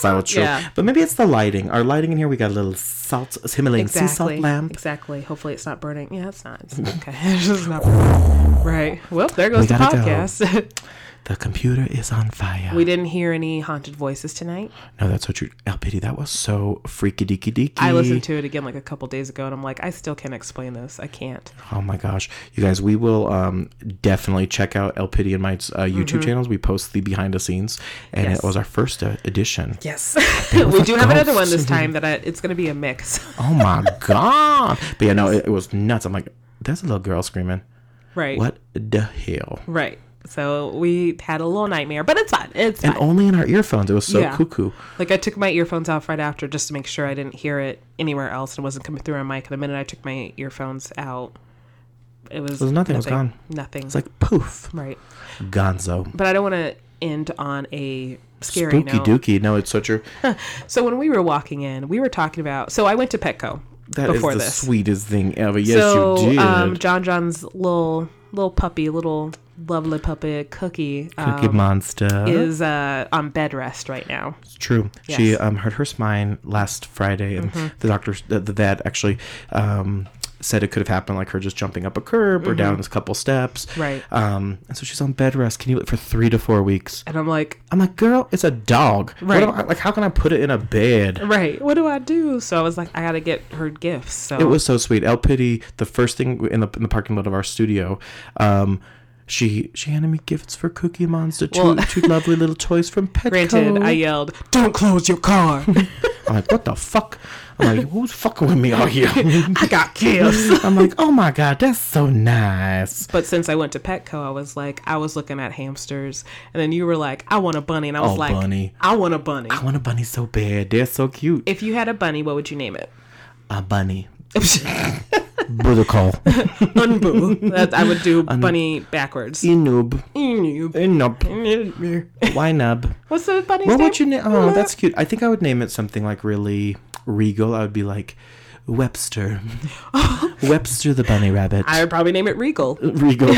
[SPEAKER 2] so true.
[SPEAKER 1] Yeah.
[SPEAKER 2] But maybe it's the lighting. Our lighting in here, we got a little salt, Himalayan
[SPEAKER 1] Exactly.
[SPEAKER 2] sea salt lamp. Mm-hmm.
[SPEAKER 1] Exactly. Hopefully it's not burning. Yeah, it's not. It's okay. it's just not burning. Right. Well, there goes
[SPEAKER 2] We
[SPEAKER 1] the
[SPEAKER 2] gotta go.
[SPEAKER 1] podcast.
[SPEAKER 2] The computer is on fire.
[SPEAKER 1] we didn't hear any haunted voices tonight.
[SPEAKER 2] No, that's so true. LPD, that was so freaky deaky deaky.
[SPEAKER 1] I listened to it again like a couple days ago and I'm like, I still can't explain this. I can't.
[SPEAKER 2] Oh my gosh, you guys, we will um, definitely check out LPD and Mike's uh, YouTube channels. We post the behind the scenes, and
[SPEAKER 1] Mm-hmm. Yes.
[SPEAKER 2] it was our first uh, edition.
[SPEAKER 1] Yes. we do have another one this
[SPEAKER 2] ghosts.
[SPEAKER 1] time that I, it's going to be a mix.
[SPEAKER 2] Oh my god! But yeah, no, it, it was nuts. I'm like, there's a little girl screaming.
[SPEAKER 1] right.
[SPEAKER 2] What the hell?
[SPEAKER 1] Right. So we had a little nightmare, but it's fine. It's fine.
[SPEAKER 2] And only in our earphones. It was so
[SPEAKER 1] Yeah.
[SPEAKER 2] cuckoo.
[SPEAKER 1] Like I took my earphones off right after just to make sure I didn't hear it anywhere else and wasn't coming through on mic. And the minute I took my earphones out, it was,
[SPEAKER 2] was nothing. It was gone.
[SPEAKER 1] Nothing.
[SPEAKER 2] It's like poof,
[SPEAKER 1] right.
[SPEAKER 2] Gonzo.
[SPEAKER 1] But I don't want to end on a scary
[SPEAKER 2] Spooky
[SPEAKER 1] note.
[SPEAKER 2] dookie. No, it's so true.
[SPEAKER 1] So when we were walking in, we were talking about. So I went to Petco
[SPEAKER 2] That is
[SPEAKER 1] before
[SPEAKER 2] the
[SPEAKER 1] this.
[SPEAKER 2] sweetest thing ever. Yes,
[SPEAKER 1] so
[SPEAKER 2] you did.
[SPEAKER 1] um, John John's little little puppy, little lovely puppy Cookie, uh,
[SPEAKER 2] Cookie monster.
[SPEAKER 1] is uh, on bed rest right now.
[SPEAKER 2] It's true. She
[SPEAKER 1] Yes. Mm-hmm.
[SPEAKER 2] um, hurt her spine last Friday, and the doctor, the, the vet, actually um, said it could have happened like her just jumping up a curb or down a couple steps.
[SPEAKER 1] Mm-hmm. Right.
[SPEAKER 2] Um, and so she's on bed rest. Can you for three to four weeks?
[SPEAKER 1] And I'm like,
[SPEAKER 2] I'm like, girl, it's a dog. What
[SPEAKER 1] Right.
[SPEAKER 2] am I- like, how can I put it in a bed?
[SPEAKER 1] right, what do I do? So I was like, I gotta get her gifts. So
[SPEAKER 2] It was so sweet. El Pity, the first thing in the, in the parking lot of our studio, um, she she handed me gifts for Cookie Monster, two,
[SPEAKER 1] Well-
[SPEAKER 2] two lovely little toys from Petco.
[SPEAKER 1] Granted, I yelled, "Don't close your car!
[SPEAKER 2] I'm like, what the fuck? I'm like, who's fucking with me out here?
[SPEAKER 1] I got gifts."
[SPEAKER 2] I'm like, oh my god, that's so nice.
[SPEAKER 1] But since I went to Petco, I was like, I was looking at hamsters, and then you were like, "I want a bunny," and I was
[SPEAKER 2] Oh,
[SPEAKER 1] like,
[SPEAKER 2] bunny.
[SPEAKER 1] "I want a bunny."
[SPEAKER 2] I want a bunny so bad. They're so cute.
[SPEAKER 1] If you had a bunny, what would you name it?
[SPEAKER 2] A bunny. Brother call.
[SPEAKER 1] Unboo. That I would do bunny backwards.
[SPEAKER 2] Enub. Mm.
[SPEAKER 1] What's
[SPEAKER 2] Enub. Why nub?
[SPEAKER 1] the bunny's
[SPEAKER 2] What
[SPEAKER 1] name?
[SPEAKER 2] would you name? Oh, that's cute. I think I would name it something like really regal. I would be like Webster. Webster the bunny rabbit.
[SPEAKER 1] I would probably name it Regal
[SPEAKER 2] regal.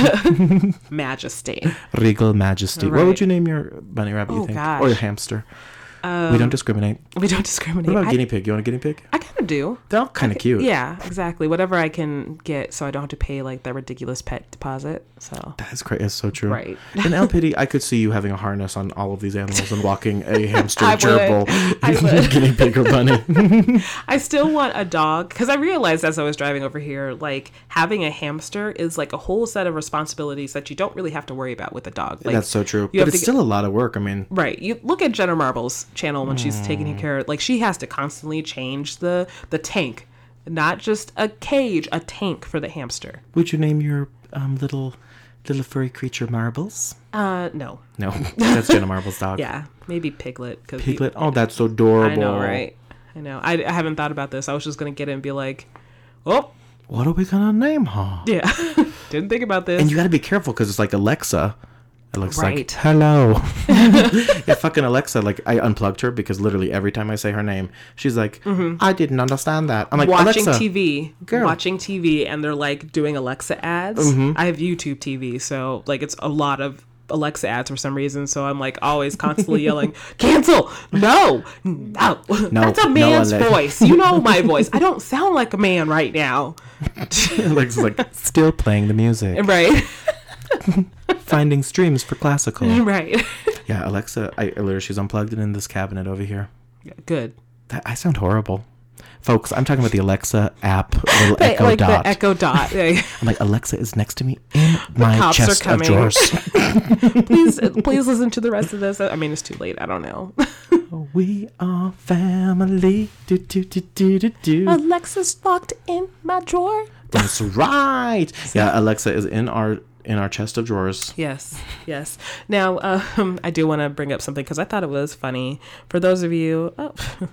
[SPEAKER 1] Majesty.
[SPEAKER 2] Regal majesty. What
[SPEAKER 1] Right.
[SPEAKER 2] would you name your bunny rabbit, you
[SPEAKER 1] Oh,
[SPEAKER 2] think?
[SPEAKER 1] gosh.
[SPEAKER 2] Or your hamster? we don't discriminate.
[SPEAKER 1] We don't discriminate.
[SPEAKER 2] What about
[SPEAKER 1] I,
[SPEAKER 2] guinea pig? You want a guinea pig?
[SPEAKER 1] I kind of do.
[SPEAKER 2] They're all kind of cute.
[SPEAKER 1] Yeah, exactly. Whatever I can get, so I don't have to pay like that ridiculous pet deposit. So
[SPEAKER 2] That's crazy. That's so true.
[SPEAKER 1] Right.
[SPEAKER 2] And El Pity, I could see you having a harness on all of these animals and walking a hamster,
[SPEAKER 1] I would.
[SPEAKER 2] gerbil,
[SPEAKER 1] I would.
[SPEAKER 2] guinea pig, or bunny.
[SPEAKER 1] I still want a dog because I realized as I was driving over here, like having a hamster is like a whole set of responsibilities that you don't really have to worry about with a dog. Like,
[SPEAKER 2] That's so true.
[SPEAKER 1] you
[SPEAKER 2] But
[SPEAKER 1] have
[SPEAKER 2] it's
[SPEAKER 1] to get-
[SPEAKER 2] still a lot of work. I mean,
[SPEAKER 1] Right. You look at Jenna Marbles' channel when she's
[SPEAKER 2] Mm.
[SPEAKER 1] taking care like she has to constantly change the the tank. Not just a cage, a tank for the hamster.
[SPEAKER 2] would you name your um, little little furry creature Marbles?
[SPEAKER 1] Uh no.
[SPEAKER 2] No, that's Jenna Marbles' dog.
[SPEAKER 1] Yeah. Maybe Piglet cuz
[SPEAKER 2] Piglet. Oh, that's so adorable.
[SPEAKER 1] I know, right? I know. I, I haven't thought about this. I was just going to get it and be like, "Oh,
[SPEAKER 2] What are we gonna name her?
[SPEAKER 1] yeah. Didn't think about this."
[SPEAKER 2] And you got to be careful because it's like Alexa. It looks like
[SPEAKER 1] Right.
[SPEAKER 2] hello. yeah, fucking Alexa. Like I unplugged her because literally every time I say her name, she's like, I didn't understand that. I'm like,
[SPEAKER 1] Mm-hmm. watching
[SPEAKER 2] Alexa,
[SPEAKER 1] TV,
[SPEAKER 2] Girl.
[SPEAKER 1] watching TV, and they're like doing Alexa ads. I have YouTube TV, so like it's a lot of Alexa ads for some reason. So I'm like always constantly yelling, "Cancel! No, no, that's a
[SPEAKER 2] no,
[SPEAKER 1] man's
[SPEAKER 2] Ale-
[SPEAKER 1] voice. You know my voice. I don't sound like a man right now,
[SPEAKER 2] Alexa's like, still playing the music,
[SPEAKER 1] right?
[SPEAKER 2] finding streams for classical.
[SPEAKER 1] right."
[SPEAKER 2] Yeah, Alexa. I I literally she's unplugged it in this cabinet over here.
[SPEAKER 1] Good.
[SPEAKER 2] That, I sound horrible. Folks, I'm talking about the Alexa app, little
[SPEAKER 1] But,
[SPEAKER 2] Echo
[SPEAKER 1] like
[SPEAKER 2] Dot.
[SPEAKER 1] the Echo Dot. Yeah.
[SPEAKER 2] I'm like, Alexa is next to me in my
[SPEAKER 1] cops are
[SPEAKER 2] chest of
[SPEAKER 1] coming.
[SPEAKER 2] drawers.
[SPEAKER 1] please, please listen to the rest of this. I mean, it's too late. I don't know.
[SPEAKER 2] Oh, we are family. Do, do, do, do, do,
[SPEAKER 1] Mm. Oh,
[SPEAKER 2] do.
[SPEAKER 1] Alexa's locked in my drawer.
[SPEAKER 2] That's right. Yeah, Alexa is in our in our chest of drawers.
[SPEAKER 1] Yes, yes. Now, um, I do want to bring up something because I thought it was funny. For those of you, oh,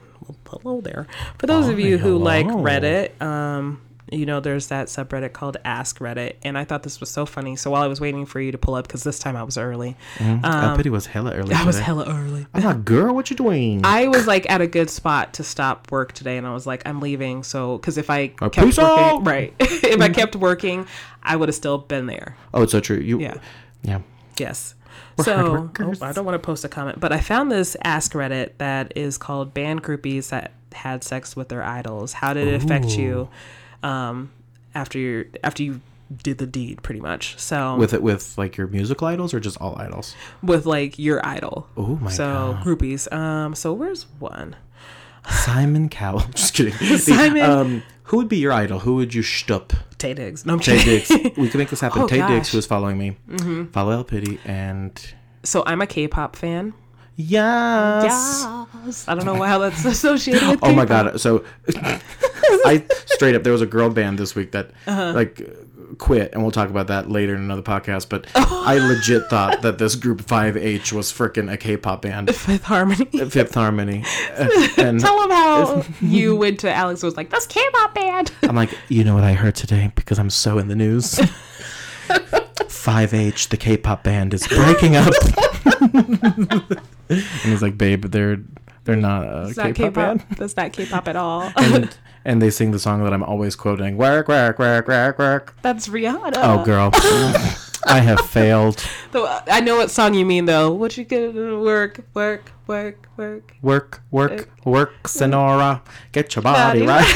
[SPEAKER 1] hello there. For those of you who like
[SPEAKER 2] hello.
[SPEAKER 1] Reddit, um, you know, there's that subreddit called Ask Reddit, and I thought this was so funny. So while I was waiting for you to pull up, because this time I was early,
[SPEAKER 2] Mm, I pity was hella early.
[SPEAKER 1] I Um, was
[SPEAKER 2] today.
[SPEAKER 1] hella early.
[SPEAKER 2] I'm like, girl, what you doing?
[SPEAKER 1] I was like at a good spot to stop work today, and I was like, I'm leaving. So, because if I
[SPEAKER 2] Oh,
[SPEAKER 1] kept
[SPEAKER 2] peace
[SPEAKER 1] working,
[SPEAKER 2] out.
[SPEAKER 1] right, if I kept working, I would have still been there.
[SPEAKER 2] oh, it's so true. You,
[SPEAKER 1] Yeah.
[SPEAKER 2] yeah.
[SPEAKER 1] Yes.
[SPEAKER 2] hard
[SPEAKER 1] so oh,
[SPEAKER 2] workers.
[SPEAKER 1] I don't want to post a comment, but I found this Ask Reddit that is called "Band Groupies That Had Sex with Their Idols." How did it affect you um, after you after you did the deed? Pretty much. So with,
[SPEAKER 2] With it, with like your musical idols or just all idols?
[SPEAKER 1] like your idol.
[SPEAKER 2] Oh my
[SPEAKER 1] so groupies. Um. So where's one?
[SPEAKER 2] Simon Cowell. Just kidding. The,
[SPEAKER 1] Simon-
[SPEAKER 2] um, who would be your idol? Who would you shtup?
[SPEAKER 1] Tay Diggs. No, I'm
[SPEAKER 2] Tay
[SPEAKER 1] kidding.
[SPEAKER 2] Diggs. we can make this happen.
[SPEAKER 1] Oh,
[SPEAKER 2] Tay Diggs,
[SPEAKER 1] gosh.
[SPEAKER 2] who is following me, follow El Pity, and
[SPEAKER 1] So I'm a K-pop fan.
[SPEAKER 2] yes.
[SPEAKER 1] I don't know how that's associated with.
[SPEAKER 2] Oh my
[SPEAKER 1] K-pop.
[SPEAKER 2] god! So I straight up there was a girl band this week that like quit, and we'll talk about that later in another podcast. But I legit thought that this group Five H was frickin' a K-pop band,
[SPEAKER 1] Fifth Harmony.
[SPEAKER 2] Fifth Harmony, Uh, and
[SPEAKER 1] Tell them how you went to Alex and was like, "That's K-pop band."
[SPEAKER 2] I'm like, you know what I heard today because I'm so in the news. Five H, the K-pop band, is breaking up. and he's like, babe, they're they're not a
[SPEAKER 1] It's
[SPEAKER 2] K-pop,
[SPEAKER 1] not K-pop.
[SPEAKER 2] band.
[SPEAKER 1] That's not K-pop at all.
[SPEAKER 2] And, and they sing the song that I'm always quoting, work, work, work, work, work.
[SPEAKER 1] That's Rihanna.
[SPEAKER 2] Oh, girl, I have failed.
[SPEAKER 1] Though, I know what song you mean though. What you gonna work, work, work, work.
[SPEAKER 2] Work, work,
[SPEAKER 1] Uh,
[SPEAKER 2] work, Sonora, get your body right.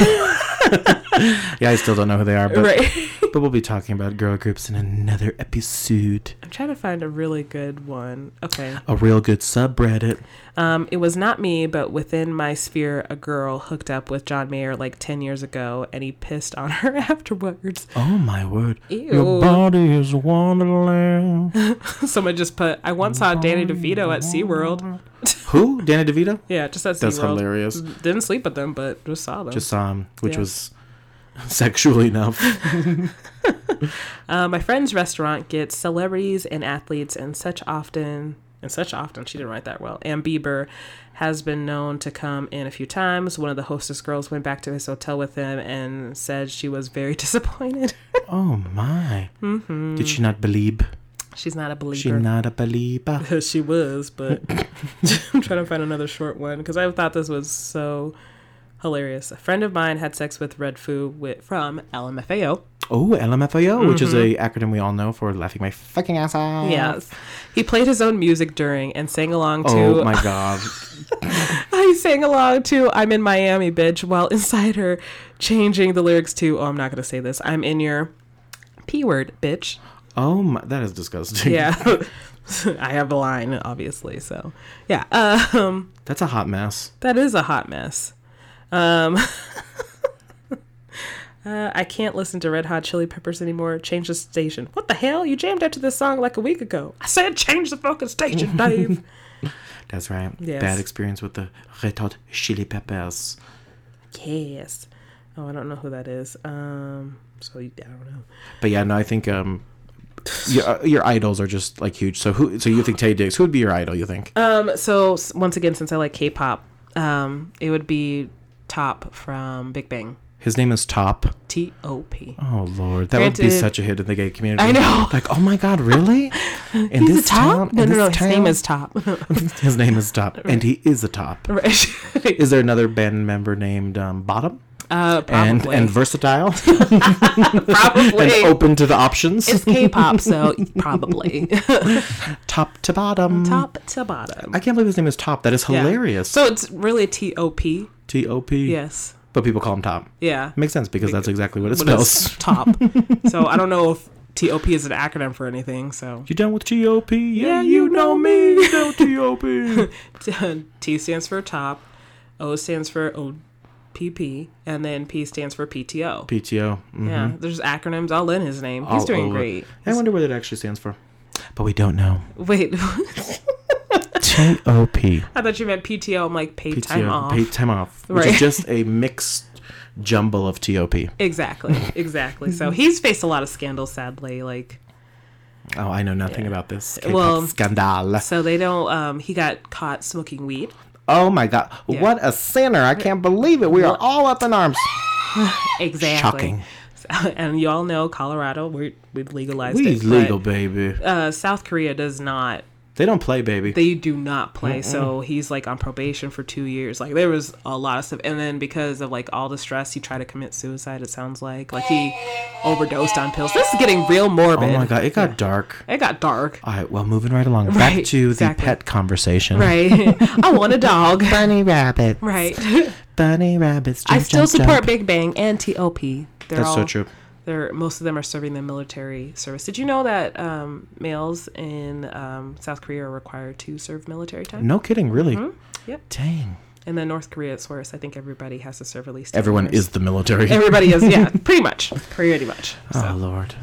[SPEAKER 2] yeah, I still don't know who they are, but
[SPEAKER 1] Right.
[SPEAKER 2] but we'll be talking about girl groups in another episode.
[SPEAKER 1] I'm trying to find a really good one. Okay.
[SPEAKER 2] A real good subreddit.
[SPEAKER 1] Um, it was not me, but within my sphere, a girl hooked up with John Mayer like 10 years ago, and he pissed on her afterwards.
[SPEAKER 2] Oh my word.
[SPEAKER 1] Ew.
[SPEAKER 2] Your body is wonderland.
[SPEAKER 1] Someone just put, I once saw Danny DeVito at SeaWorld.
[SPEAKER 2] Who? Danny DeVito?
[SPEAKER 1] Yeah, just at
[SPEAKER 2] That's
[SPEAKER 1] SeaWorld.
[SPEAKER 2] hilarious.
[SPEAKER 1] Didn't sleep with them, but just saw them.
[SPEAKER 2] Just saw him, which
[SPEAKER 1] Yeah.
[SPEAKER 2] was sexual enough.
[SPEAKER 1] Uh, my friend's restaurant gets celebrities and athletes, and such often, and such often, she didn't write that well. And Bieber has been known to come in a few times. One of the hostess girls went back to his hotel with him and said she was very disappointed.
[SPEAKER 2] Oh my. Mm-hmm. Did she not believe?
[SPEAKER 1] She's not a
[SPEAKER 2] She
[SPEAKER 1] believer.
[SPEAKER 2] not a believer.
[SPEAKER 1] She, was, but I'm trying to find another short one because I thought this was so hilarious. A friend of mine had sex with Red Foo with, from LMFAO.
[SPEAKER 2] Oh, LMFAO, which is a acronym we all know for laughing my fucking ass off.
[SPEAKER 1] Mm-hmm. Yes. He played his own music during and sang along to
[SPEAKER 2] Oh my god.
[SPEAKER 1] I sang along to I'm in Miami, bitch, while inside her changing the lyrics to, oh, I'm not going to say this. I'm in your P word, bitch.
[SPEAKER 2] Oh my, that is disgusting.
[SPEAKER 1] Yeah. I have a line, obviously. So, yeah. Um,
[SPEAKER 2] That's a hot mess.
[SPEAKER 1] that is a hot mess. Um, uh, I can't listen to Red Hot Chili Peppers anymore. Change the station. What the hell? You jammed out to this song like a week ago. I said change the fucking station, Dave.
[SPEAKER 2] That's right.
[SPEAKER 1] Yes.
[SPEAKER 2] Bad experience with the Red Hot Chili Peppers.
[SPEAKER 1] yes. Oh, I don't know who that is. Um, so, I don't know.
[SPEAKER 2] But yeah, no, I think um, your uh, your idols are just like huge. So who? So you think Tay Diggs? Who would be your idol? You think?
[SPEAKER 1] Um, so s- once again, since I like K-pop, um, it would be Top from Big Bang.
[SPEAKER 2] His name is Top.
[SPEAKER 1] T O P.
[SPEAKER 2] Oh lord, that would be
[SPEAKER 1] Granted-
[SPEAKER 2] such a hit in the gay community.
[SPEAKER 1] I know.
[SPEAKER 2] Like, oh my god, really? In
[SPEAKER 1] He's a top?
[SPEAKER 2] town?
[SPEAKER 1] no,
[SPEAKER 2] in
[SPEAKER 1] no, no.
[SPEAKER 2] this
[SPEAKER 1] His name
[SPEAKER 2] town?
[SPEAKER 1] is Top.
[SPEAKER 2] his name is Top, and he is a top.
[SPEAKER 1] Right.
[SPEAKER 2] Is there another band member named um, Bottom?
[SPEAKER 1] uh,
[SPEAKER 2] And
[SPEAKER 1] probably.
[SPEAKER 2] and versatile and
[SPEAKER 1] probably.
[SPEAKER 2] open to the options.
[SPEAKER 1] it's K-pop, so probably
[SPEAKER 2] top to bottom.
[SPEAKER 1] top to bottom.
[SPEAKER 2] I can't believe his name is Top. That is
[SPEAKER 1] Yeah.
[SPEAKER 2] hilarious.
[SPEAKER 1] So it's really T O P.
[SPEAKER 2] T O P.
[SPEAKER 1] Yes.
[SPEAKER 2] But people call him Top.
[SPEAKER 1] Yeah.
[SPEAKER 2] Makes sense because that's exactly what it
[SPEAKER 1] But
[SPEAKER 2] spells.
[SPEAKER 1] it's top. so I don't know if T O P is an acronym for anything. So
[SPEAKER 2] You down with GOP?
[SPEAKER 1] Yeah, you know me.
[SPEAKER 2] Down with GOP.
[SPEAKER 1] T stands for top. O stands for OPP, and then P stands for PTO.
[SPEAKER 2] PTO. Mm.
[SPEAKER 1] Yeah, there's acronyms all in his name. He's
[SPEAKER 2] All
[SPEAKER 1] doing
[SPEAKER 2] over.
[SPEAKER 1] great.
[SPEAKER 2] I wonder what it actually stands for. But we don't know.
[SPEAKER 1] Wait,
[SPEAKER 2] T O P.
[SPEAKER 1] I thought you meant PTO. I'm like paid time
[SPEAKER 2] PTO.
[SPEAKER 1] off.
[SPEAKER 2] Paid time off. Which
[SPEAKER 1] Right.
[SPEAKER 2] is just a mixed jumble of TOP.
[SPEAKER 1] Exactly, exactly. so he's faced a lot of scandals, sadly. Like,
[SPEAKER 2] Oh, I know nothing about this. K-pop
[SPEAKER 1] Well-
[SPEAKER 2] scandal.
[SPEAKER 1] so they don't. Um, he got caught smoking weed.
[SPEAKER 2] Oh my god. What a sinner. I can't believe it. We are all up in arms.
[SPEAKER 1] Exactly.
[SPEAKER 2] Shocking.
[SPEAKER 1] So- and you all know Colorado, we we've legalized
[SPEAKER 2] We's
[SPEAKER 1] it.
[SPEAKER 2] legal,
[SPEAKER 1] but,
[SPEAKER 2] baby.
[SPEAKER 1] uh, South Korea does not.
[SPEAKER 2] They don't play, baby.
[SPEAKER 1] They do not play. So he's like on probation for two years. Like there was a lot of stuff, and then because of like all the stress, he tried to commit suicide. It sounds like like he overdosed on pills. This is getting real morbid.
[SPEAKER 2] oh my god. It got dark.
[SPEAKER 1] It got dark.
[SPEAKER 2] All right. Well, moving right along. Back
[SPEAKER 1] Right,
[SPEAKER 2] to
[SPEAKER 1] exactly.
[SPEAKER 2] the pet conversation.
[SPEAKER 1] Right. I want a dog.
[SPEAKER 2] Bunny rabbits.
[SPEAKER 1] Right.
[SPEAKER 2] Bunny rabbits.
[SPEAKER 1] I
[SPEAKER 2] jump,
[SPEAKER 1] still
[SPEAKER 2] jump,
[SPEAKER 1] support
[SPEAKER 2] jump.
[SPEAKER 1] Big Bang and TOP. They're
[SPEAKER 2] That's so
[SPEAKER 1] all-
[SPEAKER 2] true.
[SPEAKER 1] They're most of them are serving the military service. Did you know that um, males in um, South Korea are required to serve military time?
[SPEAKER 2] No kidding, really.
[SPEAKER 1] Mm-hmm. Yep.
[SPEAKER 2] Dang.
[SPEAKER 1] And then North Korea, it's worse. I think everybody has to serve at least. 10
[SPEAKER 2] Everyone
[SPEAKER 1] years.
[SPEAKER 2] is the military.
[SPEAKER 1] Everybody is. Yeah, pretty much. Pretty much.
[SPEAKER 2] oh Lord.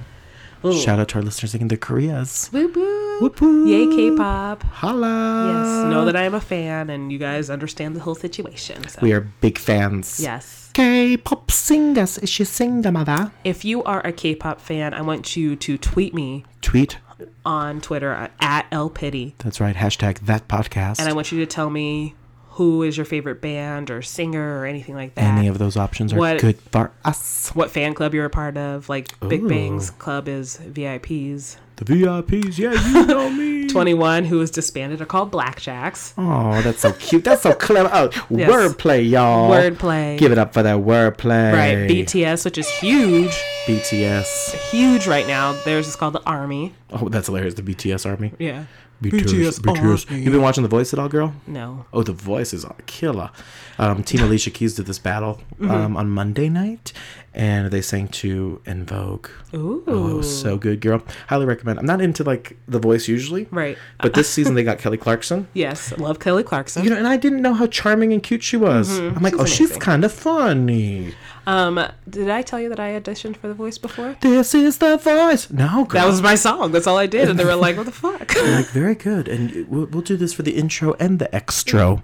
[SPEAKER 1] Ooh.
[SPEAKER 2] Shout out to our listeners in the Koreas.
[SPEAKER 1] Whoop whoop.
[SPEAKER 2] Whoop, whoop.
[SPEAKER 1] Yay, K-pop.
[SPEAKER 2] Holla.
[SPEAKER 1] yes. Know that I am a fan, and you guys understand the whole situation. So.
[SPEAKER 2] we are big fans.
[SPEAKER 1] Yes.
[SPEAKER 2] K-pop singers. Is she singer mother?
[SPEAKER 1] If you are a K-pop fan, I want you to tweet me
[SPEAKER 2] Tweet.
[SPEAKER 1] on Twitter uh, at lpitty,
[SPEAKER 2] That's right. Hashtag that podcast.
[SPEAKER 1] and I want you to tell me who is your favorite band or singer or anything like that.
[SPEAKER 2] Any of those options are
[SPEAKER 1] What-
[SPEAKER 2] good for us.
[SPEAKER 1] what fan club you're a part of? Like Big
[SPEAKER 2] Ooh.
[SPEAKER 1] Bang's club is VIPs.
[SPEAKER 2] The VIPs. Yeah, you know me.
[SPEAKER 1] Twenty-one, who was disbanded, are called Blackjacks.
[SPEAKER 2] Oh, that's so cute. That's so clever. Oh,
[SPEAKER 1] Yes.
[SPEAKER 2] wordplay, y'all.
[SPEAKER 1] Wordplay.
[SPEAKER 2] Give it up for that wordplay.
[SPEAKER 1] Right, BTS, which is huge,
[SPEAKER 2] BTS.
[SPEAKER 1] huge right now. Theirs is called the Army.
[SPEAKER 2] Oh, that's hilarious. The BTS army.
[SPEAKER 1] Yeah.
[SPEAKER 2] BTS, BTS. You've been watching The Voice at all, girl?
[SPEAKER 1] No.
[SPEAKER 2] Oh, The Voice is a killer. Um, Team Alicia Keys did this battle
[SPEAKER 1] Mm-hmm.
[SPEAKER 2] um, on Monday night, and they sang to En Vogue.
[SPEAKER 1] Ooh.
[SPEAKER 2] Oh, it was so good, girl. Highly recommend. I'm not into like The Voice usually,
[SPEAKER 1] Right.
[SPEAKER 2] But this season they got Kelly Clarkson.
[SPEAKER 1] Yes, love Kelly Clarkson.
[SPEAKER 2] You know, and I didn't know how charming and cute she was. I'm like,
[SPEAKER 1] Mm-hmm. She's
[SPEAKER 2] oh, she's
[SPEAKER 1] amazing.
[SPEAKER 2] kind of funny.
[SPEAKER 1] Um, did I tell you that I auditioned for The Voice before?
[SPEAKER 2] This is the voice. No, girl.
[SPEAKER 1] That was my song. That's all I did, and they were like, "What the fuck?"
[SPEAKER 2] like very good. And we'll, we'll do this for the intro and the extro.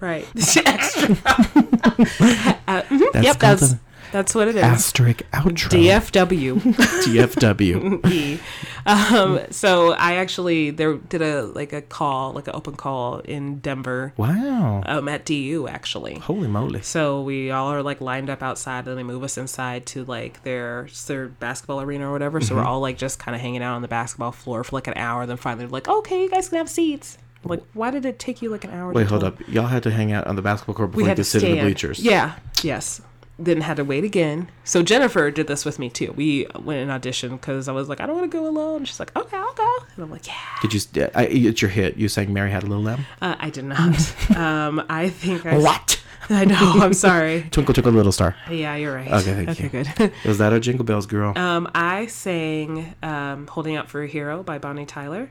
[SPEAKER 1] right. Extra. Uh, mhm.
[SPEAKER 2] That's
[SPEAKER 1] yep.
[SPEAKER 2] called
[SPEAKER 1] That's
[SPEAKER 2] an
[SPEAKER 1] that's what it is.
[SPEAKER 2] Asterisk outro.
[SPEAKER 1] DFW.
[SPEAKER 2] DFW.
[SPEAKER 1] E. um, so I actually there did a like a call, like an open call in Denver,
[SPEAKER 2] wow.
[SPEAKER 1] um, at DU actually.
[SPEAKER 2] Holy moly.
[SPEAKER 1] So we all are like lined up outside, and they move us inside to like their their basketball arena or whatever. So
[SPEAKER 2] Mm-hmm.
[SPEAKER 1] we're all like just kind of hanging out on the basketball floor for like an hour. Then finally, they're like, "Okay, you guys can have seats." I'm like, why did it take you like an hour?
[SPEAKER 2] Wait,
[SPEAKER 1] to
[SPEAKER 2] hold
[SPEAKER 1] tell-
[SPEAKER 2] up. Y'all had to hang out on the basketball court
[SPEAKER 1] We
[SPEAKER 2] before you
[SPEAKER 1] had to
[SPEAKER 2] could sit in the
[SPEAKER 1] stand.
[SPEAKER 2] bleachers.
[SPEAKER 1] Yeah. Yes. Then had to wait again. So Jennifer did this with me too. We went and auditioned because I was like, I don't want to go alone. She's like, Okay, I'll go. And I'm like, Yeah.
[SPEAKER 2] Did you? uh, I, it's your hit. You sang "Mary Had a Little Lamb."
[SPEAKER 1] Uh, I did not. um, I think I.
[SPEAKER 2] What?
[SPEAKER 1] I know. I'm sorry.
[SPEAKER 2] Twinkle Twinkle Little Star.
[SPEAKER 1] Yeah, you're right.
[SPEAKER 2] Okay, thank
[SPEAKER 1] okay
[SPEAKER 2] you.
[SPEAKER 1] good.
[SPEAKER 2] Was that our Jingle Bells girl?
[SPEAKER 1] Um, I sang um, "Holding Out for a Hero" by Bonnie Tyler.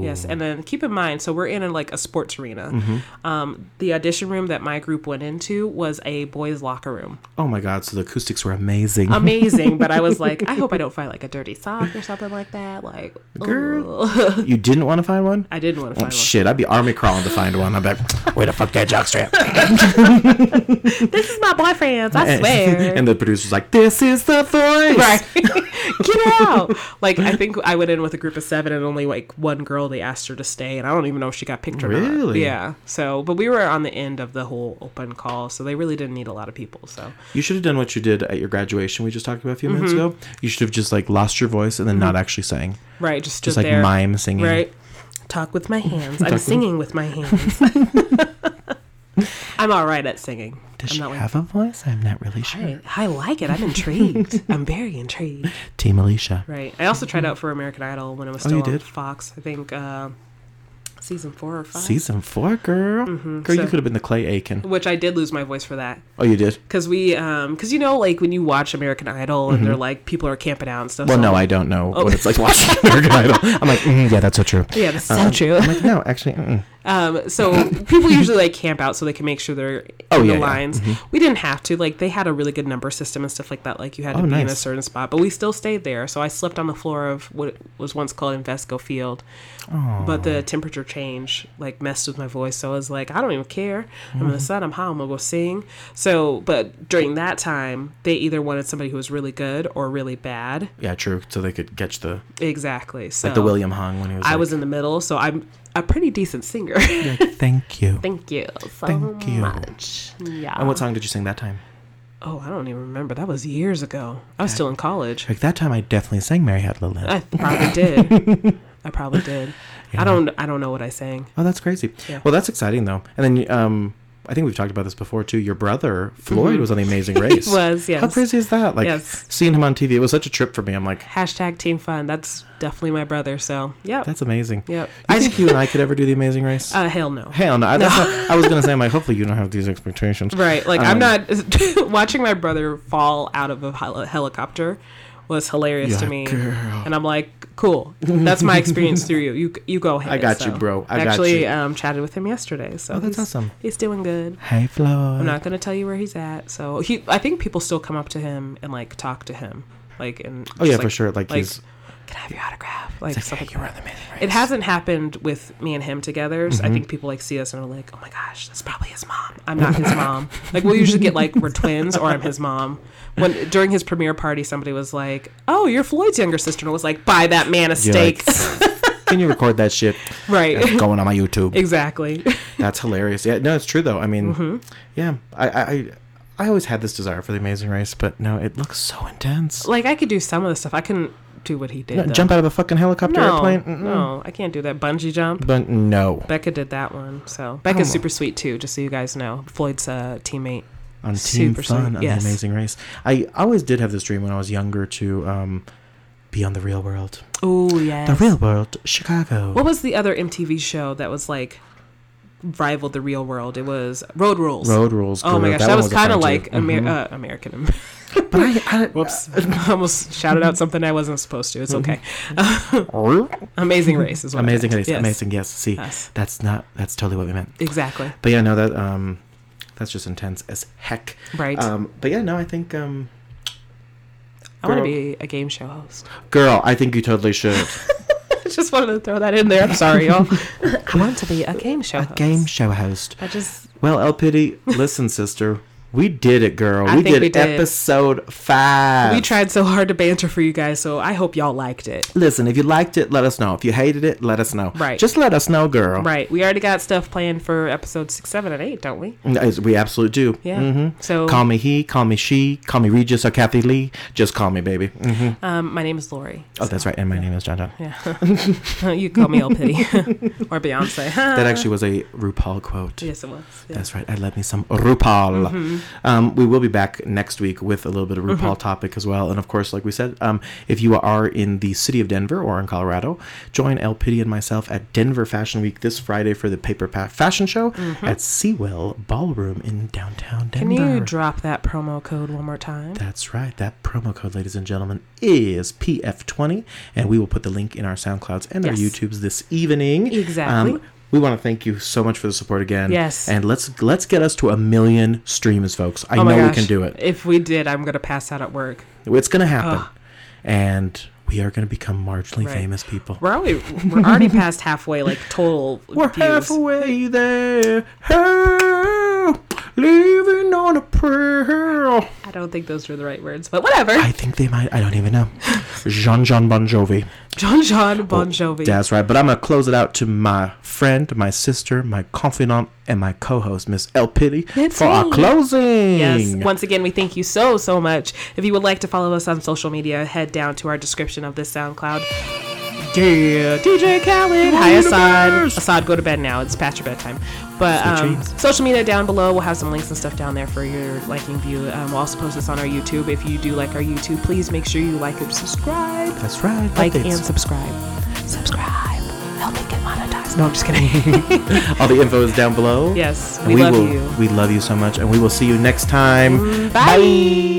[SPEAKER 1] Yes, and then keep in mind, so we're in a, like a sports arena.
[SPEAKER 2] Mm-hmm.
[SPEAKER 1] Um, the audition room that my group went into was a boys' locker room.
[SPEAKER 2] oh my God! So the acoustics were amazing.
[SPEAKER 1] um, Amazing, but I was like, I hope I don't find like a dirty sock or something like that. Like,
[SPEAKER 2] Girl.
[SPEAKER 1] ugh.
[SPEAKER 2] you didn't want to find one? Oh,
[SPEAKER 1] I didn't want to find one.
[SPEAKER 2] Shit! I'd be army crawling to find one. I'm like, where the fuck that jockstrap?
[SPEAKER 1] This is my boyfriend's. I
[SPEAKER 2] And-
[SPEAKER 1] swear.
[SPEAKER 2] and the producer's like, "This is the voice."
[SPEAKER 1] right get out like i think i went in with a group of seven and only like one girl they asked her to stay and i don't even know if she got picked or not
[SPEAKER 2] Really?
[SPEAKER 1] yeah so but we were on the end of the whole open call so they really didn't need a lot of people so
[SPEAKER 2] You should have done what you did at your graduation. We just talked about a few minutes ago. You should have just like lost your voice and then not actually sang,
[SPEAKER 1] right just stood
[SPEAKER 2] just like
[SPEAKER 1] there
[SPEAKER 2] mime singing.
[SPEAKER 1] right talk with my hands i'm singing with my hands i'm all right at singing
[SPEAKER 2] Does
[SPEAKER 1] i'm
[SPEAKER 2] she
[SPEAKER 1] not like
[SPEAKER 2] have a voice? I'm not really sure.
[SPEAKER 1] "Hey, I like it. I'm intrigued. I'm very intrigued.
[SPEAKER 2] Team Alicia.
[SPEAKER 1] Right. I also tried out for American Idol when I was
[SPEAKER 2] Oh, you
[SPEAKER 1] still on
[SPEAKER 2] did?
[SPEAKER 1] Fox. I think uh, season four or five.
[SPEAKER 2] Season four, girl. girl, you
[SPEAKER 1] Mm-hmm. so-
[SPEAKER 2] could have been the Clay Aiken.
[SPEAKER 1] which I did lose my voice for that
[SPEAKER 2] Oh, you did.
[SPEAKER 1] because we um because you know like when you watch American Idol and they're like people are camping out and stuff.
[SPEAKER 2] Mm-hmm. Well,
[SPEAKER 1] so-
[SPEAKER 2] no, I don't know what it's like watching American Idol. I'm like, mm, yeah, that's so true.
[SPEAKER 1] yeah, that's so true.
[SPEAKER 2] I'm like, no, actually, mm-mm.
[SPEAKER 1] Um, so people usually like camp out so they can make sure they're
[SPEAKER 2] Oh,
[SPEAKER 1] in
[SPEAKER 2] yeah,
[SPEAKER 1] the
[SPEAKER 2] yeah.
[SPEAKER 1] lines. We didn't have to. Like they had a really good number system and stuff like that. Like you had to
[SPEAKER 2] Oh,
[SPEAKER 1] be in a
[SPEAKER 2] nice.
[SPEAKER 1] certain spot, but we still stayed there. So I slept on the floor of what was once called Invesco Field, but the temperature change like messed with my voice. So I was like, I don't even care. I'm in
[SPEAKER 2] Mm-hmm.
[SPEAKER 1] the sun. I'm hot. I'm gonna go sing. So, but during that time, they either wanted somebody who was really good or really bad.
[SPEAKER 2] Yeah, true. So they could catch the
[SPEAKER 1] Exactly. So
[SPEAKER 2] like the William Hung when he was.
[SPEAKER 1] I
[SPEAKER 2] like,
[SPEAKER 1] was in the middle, so I'm a pretty decent singer.
[SPEAKER 2] Thank you.
[SPEAKER 1] Thank you so
[SPEAKER 2] Thank you.
[SPEAKER 1] much. Yeah.
[SPEAKER 2] and what song did you sing that time?
[SPEAKER 1] oh, I don't even remember. That was years ago. I was still in college.
[SPEAKER 2] Like that time, I definitely sang Mary Had a Little Lamb.
[SPEAKER 1] I probably did. I probably did. I don't. I don't know what I sang.
[SPEAKER 2] Oh, that's crazy.
[SPEAKER 1] Yeah.
[SPEAKER 2] Well, that's exciting though. And then, um, I think we've talked about this before too. Your brother Floyd was on The Amazing Race.
[SPEAKER 1] Mm-hmm. was,
[SPEAKER 2] How
[SPEAKER 1] yes.
[SPEAKER 2] crazy is that? Like
[SPEAKER 1] Yes.
[SPEAKER 2] seeing him on TV, it was such a trip for me. I'm like,
[SPEAKER 1] Hashtag Team Fun. That's definitely my brother. So yeah.
[SPEAKER 2] that's amazing.
[SPEAKER 1] Yep.
[SPEAKER 2] I
[SPEAKER 1] I-
[SPEAKER 2] think you and I could ever do The Amazing Race.
[SPEAKER 1] Uh, hell no.
[SPEAKER 2] Hell no. I, that's not- I was gonna say, I'm like, hopefully you don't have these expectations.
[SPEAKER 1] Right. Like
[SPEAKER 2] Um,
[SPEAKER 1] I'm not watching my brother fall out of a hel- helicopter was hilarious
[SPEAKER 2] Yeah,
[SPEAKER 1] to me.
[SPEAKER 2] girl.
[SPEAKER 1] And I'm like, cool. That's my experience through you. You you go ahead.
[SPEAKER 2] I got
[SPEAKER 1] So,
[SPEAKER 2] you, bro. I got
[SPEAKER 1] actually
[SPEAKER 2] you.
[SPEAKER 1] um chatted with him yesterday. So
[SPEAKER 2] Oh, that's
[SPEAKER 1] he's-
[SPEAKER 2] awesome.
[SPEAKER 1] He's doing good.
[SPEAKER 2] Hey, Floyd.
[SPEAKER 1] I'm not gonna tell you where he's at. So he I think people still come up to him and like talk to him. Like and
[SPEAKER 2] Oh
[SPEAKER 1] just,
[SPEAKER 2] yeah, for sure. Like, he's.
[SPEAKER 1] can I have your autograph? Like,
[SPEAKER 2] It's
[SPEAKER 1] stuff
[SPEAKER 2] like,
[SPEAKER 1] like
[SPEAKER 2] hey, you were
[SPEAKER 1] that.
[SPEAKER 2] on The Amazing Race.
[SPEAKER 1] It hasn't happened with me and him together.
[SPEAKER 2] Mm-hmm.
[SPEAKER 1] So I think people like see us and are like, "Oh my gosh, that's probably his mom." I'm not his mom. Like we'll usually get like we're twins or I'm his mom. When during his premiere party, somebody was like, "Oh, you're Floyd's younger sister," and I was like, "Buy that man a
[SPEAKER 2] You're
[SPEAKER 1] steak."
[SPEAKER 2] like, Can you record that shit? It's
[SPEAKER 1] right.
[SPEAKER 2] going on my YouTube.
[SPEAKER 1] exactly.
[SPEAKER 2] That's hilarious. Yeah, no, it's true though. I
[SPEAKER 1] Mm-hmm.
[SPEAKER 2] mean, yeah, I, I, I- I always had this desire for the Amazing Race, but no, it looks so intense.
[SPEAKER 1] like I could do some of the stuff. I couldn't do what he did.
[SPEAKER 2] No,
[SPEAKER 1] though.
[SPEAKER 2] jump out of a fucking helicopter
[SPEAKER 1] No,
[SPEAKER 2] airplane. Mm-mm.
[SPEAKER 1] no, I can't do that. Bungee jump.
[SPEAKER 2] But no,
[SPEAKER 1] Becca did that one. So
[SPEAKER 2] know.
[SPEAKER 1] Becca's super sweet too. Just so you guys know, Floyd's uh, teammate.
[SPEAKER 2] on Team
[SPEAKER 1] Super
[SPEAKER 2] Fun,
[SPEAKER 1] sweet,
[SPEAKER 2] on
[SPEAKER 1] yes.
[SPEAKER 2] the Amazing Race. I always did have this dream when I was younger to um, be on the Real World,
[SPEAKER 1] Oh yeah.
[SPEAKER 2] the Real World, Chicago.
[SPEAKER 1] What was the other MTV show that was like rivaled the real world? It was Road Rules.
[SPEAKER 2] Road Rules.
[SPEAKER 1] Oh my
[SPEAKER 2] girl.
[SPEAKER 1] gosh, that, was
[SPEAKER 2] a fun
[SPEAKER 1] kind of
[SPEAKER 2] too.
[SPEAKER 1] like Amer-
[SPEAKER 2] Mhm.
[SPEAKER 1] uh, American.
[SPEAKER 2] But I, I,
[SPEAKER 1] Whoops, almost shouted out something I wasn't supposed to. It's okay. Amazing Race is what I
[SPEAKER 2] amazing,
[SPEAKER 1] meant.
[SPEAKER 2] race,
[SPEAKER 1] Yes. Uh.
[SPEAKER 2] amazing. Yes, see,
[SPEAKER 1] Yes.
[SPEAKER 2] that's not. That's totally what we meant.
[SPEAKER 1] Exactly.
[SPEAKER 2] But yeah, no, that um, that's just intense as heck.
[SPEAKER 1] Right.
[SPEAKER 2] Um, but yeah, no, I think um,
[SPEAKER 1] I want to
[SPEAKER 2] girl.
[SPEAKER 1] be a game show host.
[SPEAKER 2] girl, I think you totally should.
[SPEAKER 1] just wanted to throw that in there. I'm sorry, y'all. I want to be a game show.
[SPEAKER 2] a
[SPEAKER 1] host.
[SPEAKER 2] game show host.
[SPEAKER 1] I just
[SPEAKER 2] Well, El Pity, listen, sister, we did it, girl.
[SPEAKER 1] I
[SPEAKER 2] we
[SPEAKER 1] think
[SPEAKER 2] did,
[SPEAKER 1] we did.
[SPEAKER 2] episode five.
[SPEAKER 1] we tried so hard to banter for you guys, so I hope y'all liked it.
[SPEAKER 2] Listen, if you liked it, let us know. If you hated it, let us know.
[SPEAKER 1] Right.
[SPEAKER 2] Just let us know, girl.
[SPEAKER 1] Right. We already got stuff planned for episode six, seven, and eight, don't we?
[SPEAKER 2] As We absolutely do.
[SPEAKER 1] Yeah.
[SPEAKER 2] hmm
[SPEAKER 1] So
[SPEAKER 2] Call me he, call me she, call me Regis or Kathy Lee. Just call me, baby. hmm
[SPEAKER 1] Um, my name is Lori.
[SPEAKER 2] Oh, that's right. And my name is John John.
[SPEAKER 1] Yeah. you can call me El Pity or Beyonce.
[SPEAKER 2] That actually was a RuPaul quote.
[SPEAKER 1] yes, it was. Uh, Yeah. Mm-hmm.
[SPEAKER 2] That's right. I love me some RuPaul. Um, we will be back next week with a little bit of RuPaul topic as well. And of course, like we said, um, if you are in the city of Denver or in Colorado, join El Pity and myself at Denver Fashion Week this Friday for the Paper Pa- Fashion Show at Seawell Ballroom in downtown
[SPEAKER 1] Mm-hmm. Can
[SPEAKER 2] Denver.
[SPEAKER 1] you drop that promo code one more time?
[SPEAKER 2] That's right. That promo code, ladies and gentlemen, is PF20, and we will put the link in our SoundClouds and our
[SPEAKER 1] Yes.
[SPEAKER 2] YouTubes this evening. Um,
[SPEAKER 1] Exactly.
[SPEAKER 2] we want to thank you so much for the support again.
[SPEAKER 1] Yes.
[SPEAKER 2] And let's let's get us to a million streams, folks. I know we can do it.
[SPEAKER 1] Oh If we did, I'm gonna pass out at work.
[SPEAKER 2] It's going to happen,
[SPEAKER 1] Ugh.
[SPEAKER 2] and we are going to become marginally
[SPEAKER 1] Ah. Right.
[SPEAKER 2] famous people.
[SPEAKER 1] We're already we're already past halfway, like total
[SPEAKER 2] We're
[SPEAKER 1] views.
[SPEAKER 2] halfway there. Hey, living on a prayer.
[SPEAKER 1] I don't think those were the right words, but whatever.
[SPEAKER 2] I think they might. I don't even know. Jean Jean Bon Jovi.
[SPEAKER 1] John John
[SPEAKER 2] Oh,
[SPEAKER 1] Bon Jovi.
[SPEAKER 2] That's right. But I'm going to close it out to my friend, my sister, my confidant, and my co host, Miss El Pity,
[SPEAKER 1] That's
[SPEAKER 2] for our
[SPEAKER 1] me.
[SPEAKER 2] closing.
[SPEAKER 1] Yes. Once again, we thank you so, so much. If you would like to follow us on social media, head down to our description of this SoundCloud. Yeah, DJ Khaled. Hi,
[SPEAKER 2] You're the
[SPEAKER 1] Assad.
[SPEAKER 2] best.
[SPEAKER 1] Assad, go to bed now. It's past your bedtime. But
[SPEAKER 2] Sweet
[SPEAKER 1] um,
[SPEAKER 2] dreams.
[SPEAKER 1] social media down below. We'll have some links and stuff down there for your liking view. Um, we'll also post this on our YouTube. If you do like our YouTube, please make sure you like and subscribe.
[SPEAKER 2] That's right.
[SPEAKER 1] Like
[SPEAKER 2] Updates.
[SPEAKER 1] and subscribe. Subscribe. Help me get monetized. No, I'm just kidding.
[SPEAKER 2] All the info is down below.
[SPEAKER 1] yes,
[SPEAKER 2] And
[SPEAKER 1] we, love
[SPEAKER 2] will,
[SPEAKER 1] you.
[SPEAKER 2] We love you so much. And we will see you next time.
[SPEAKER 1] Bye.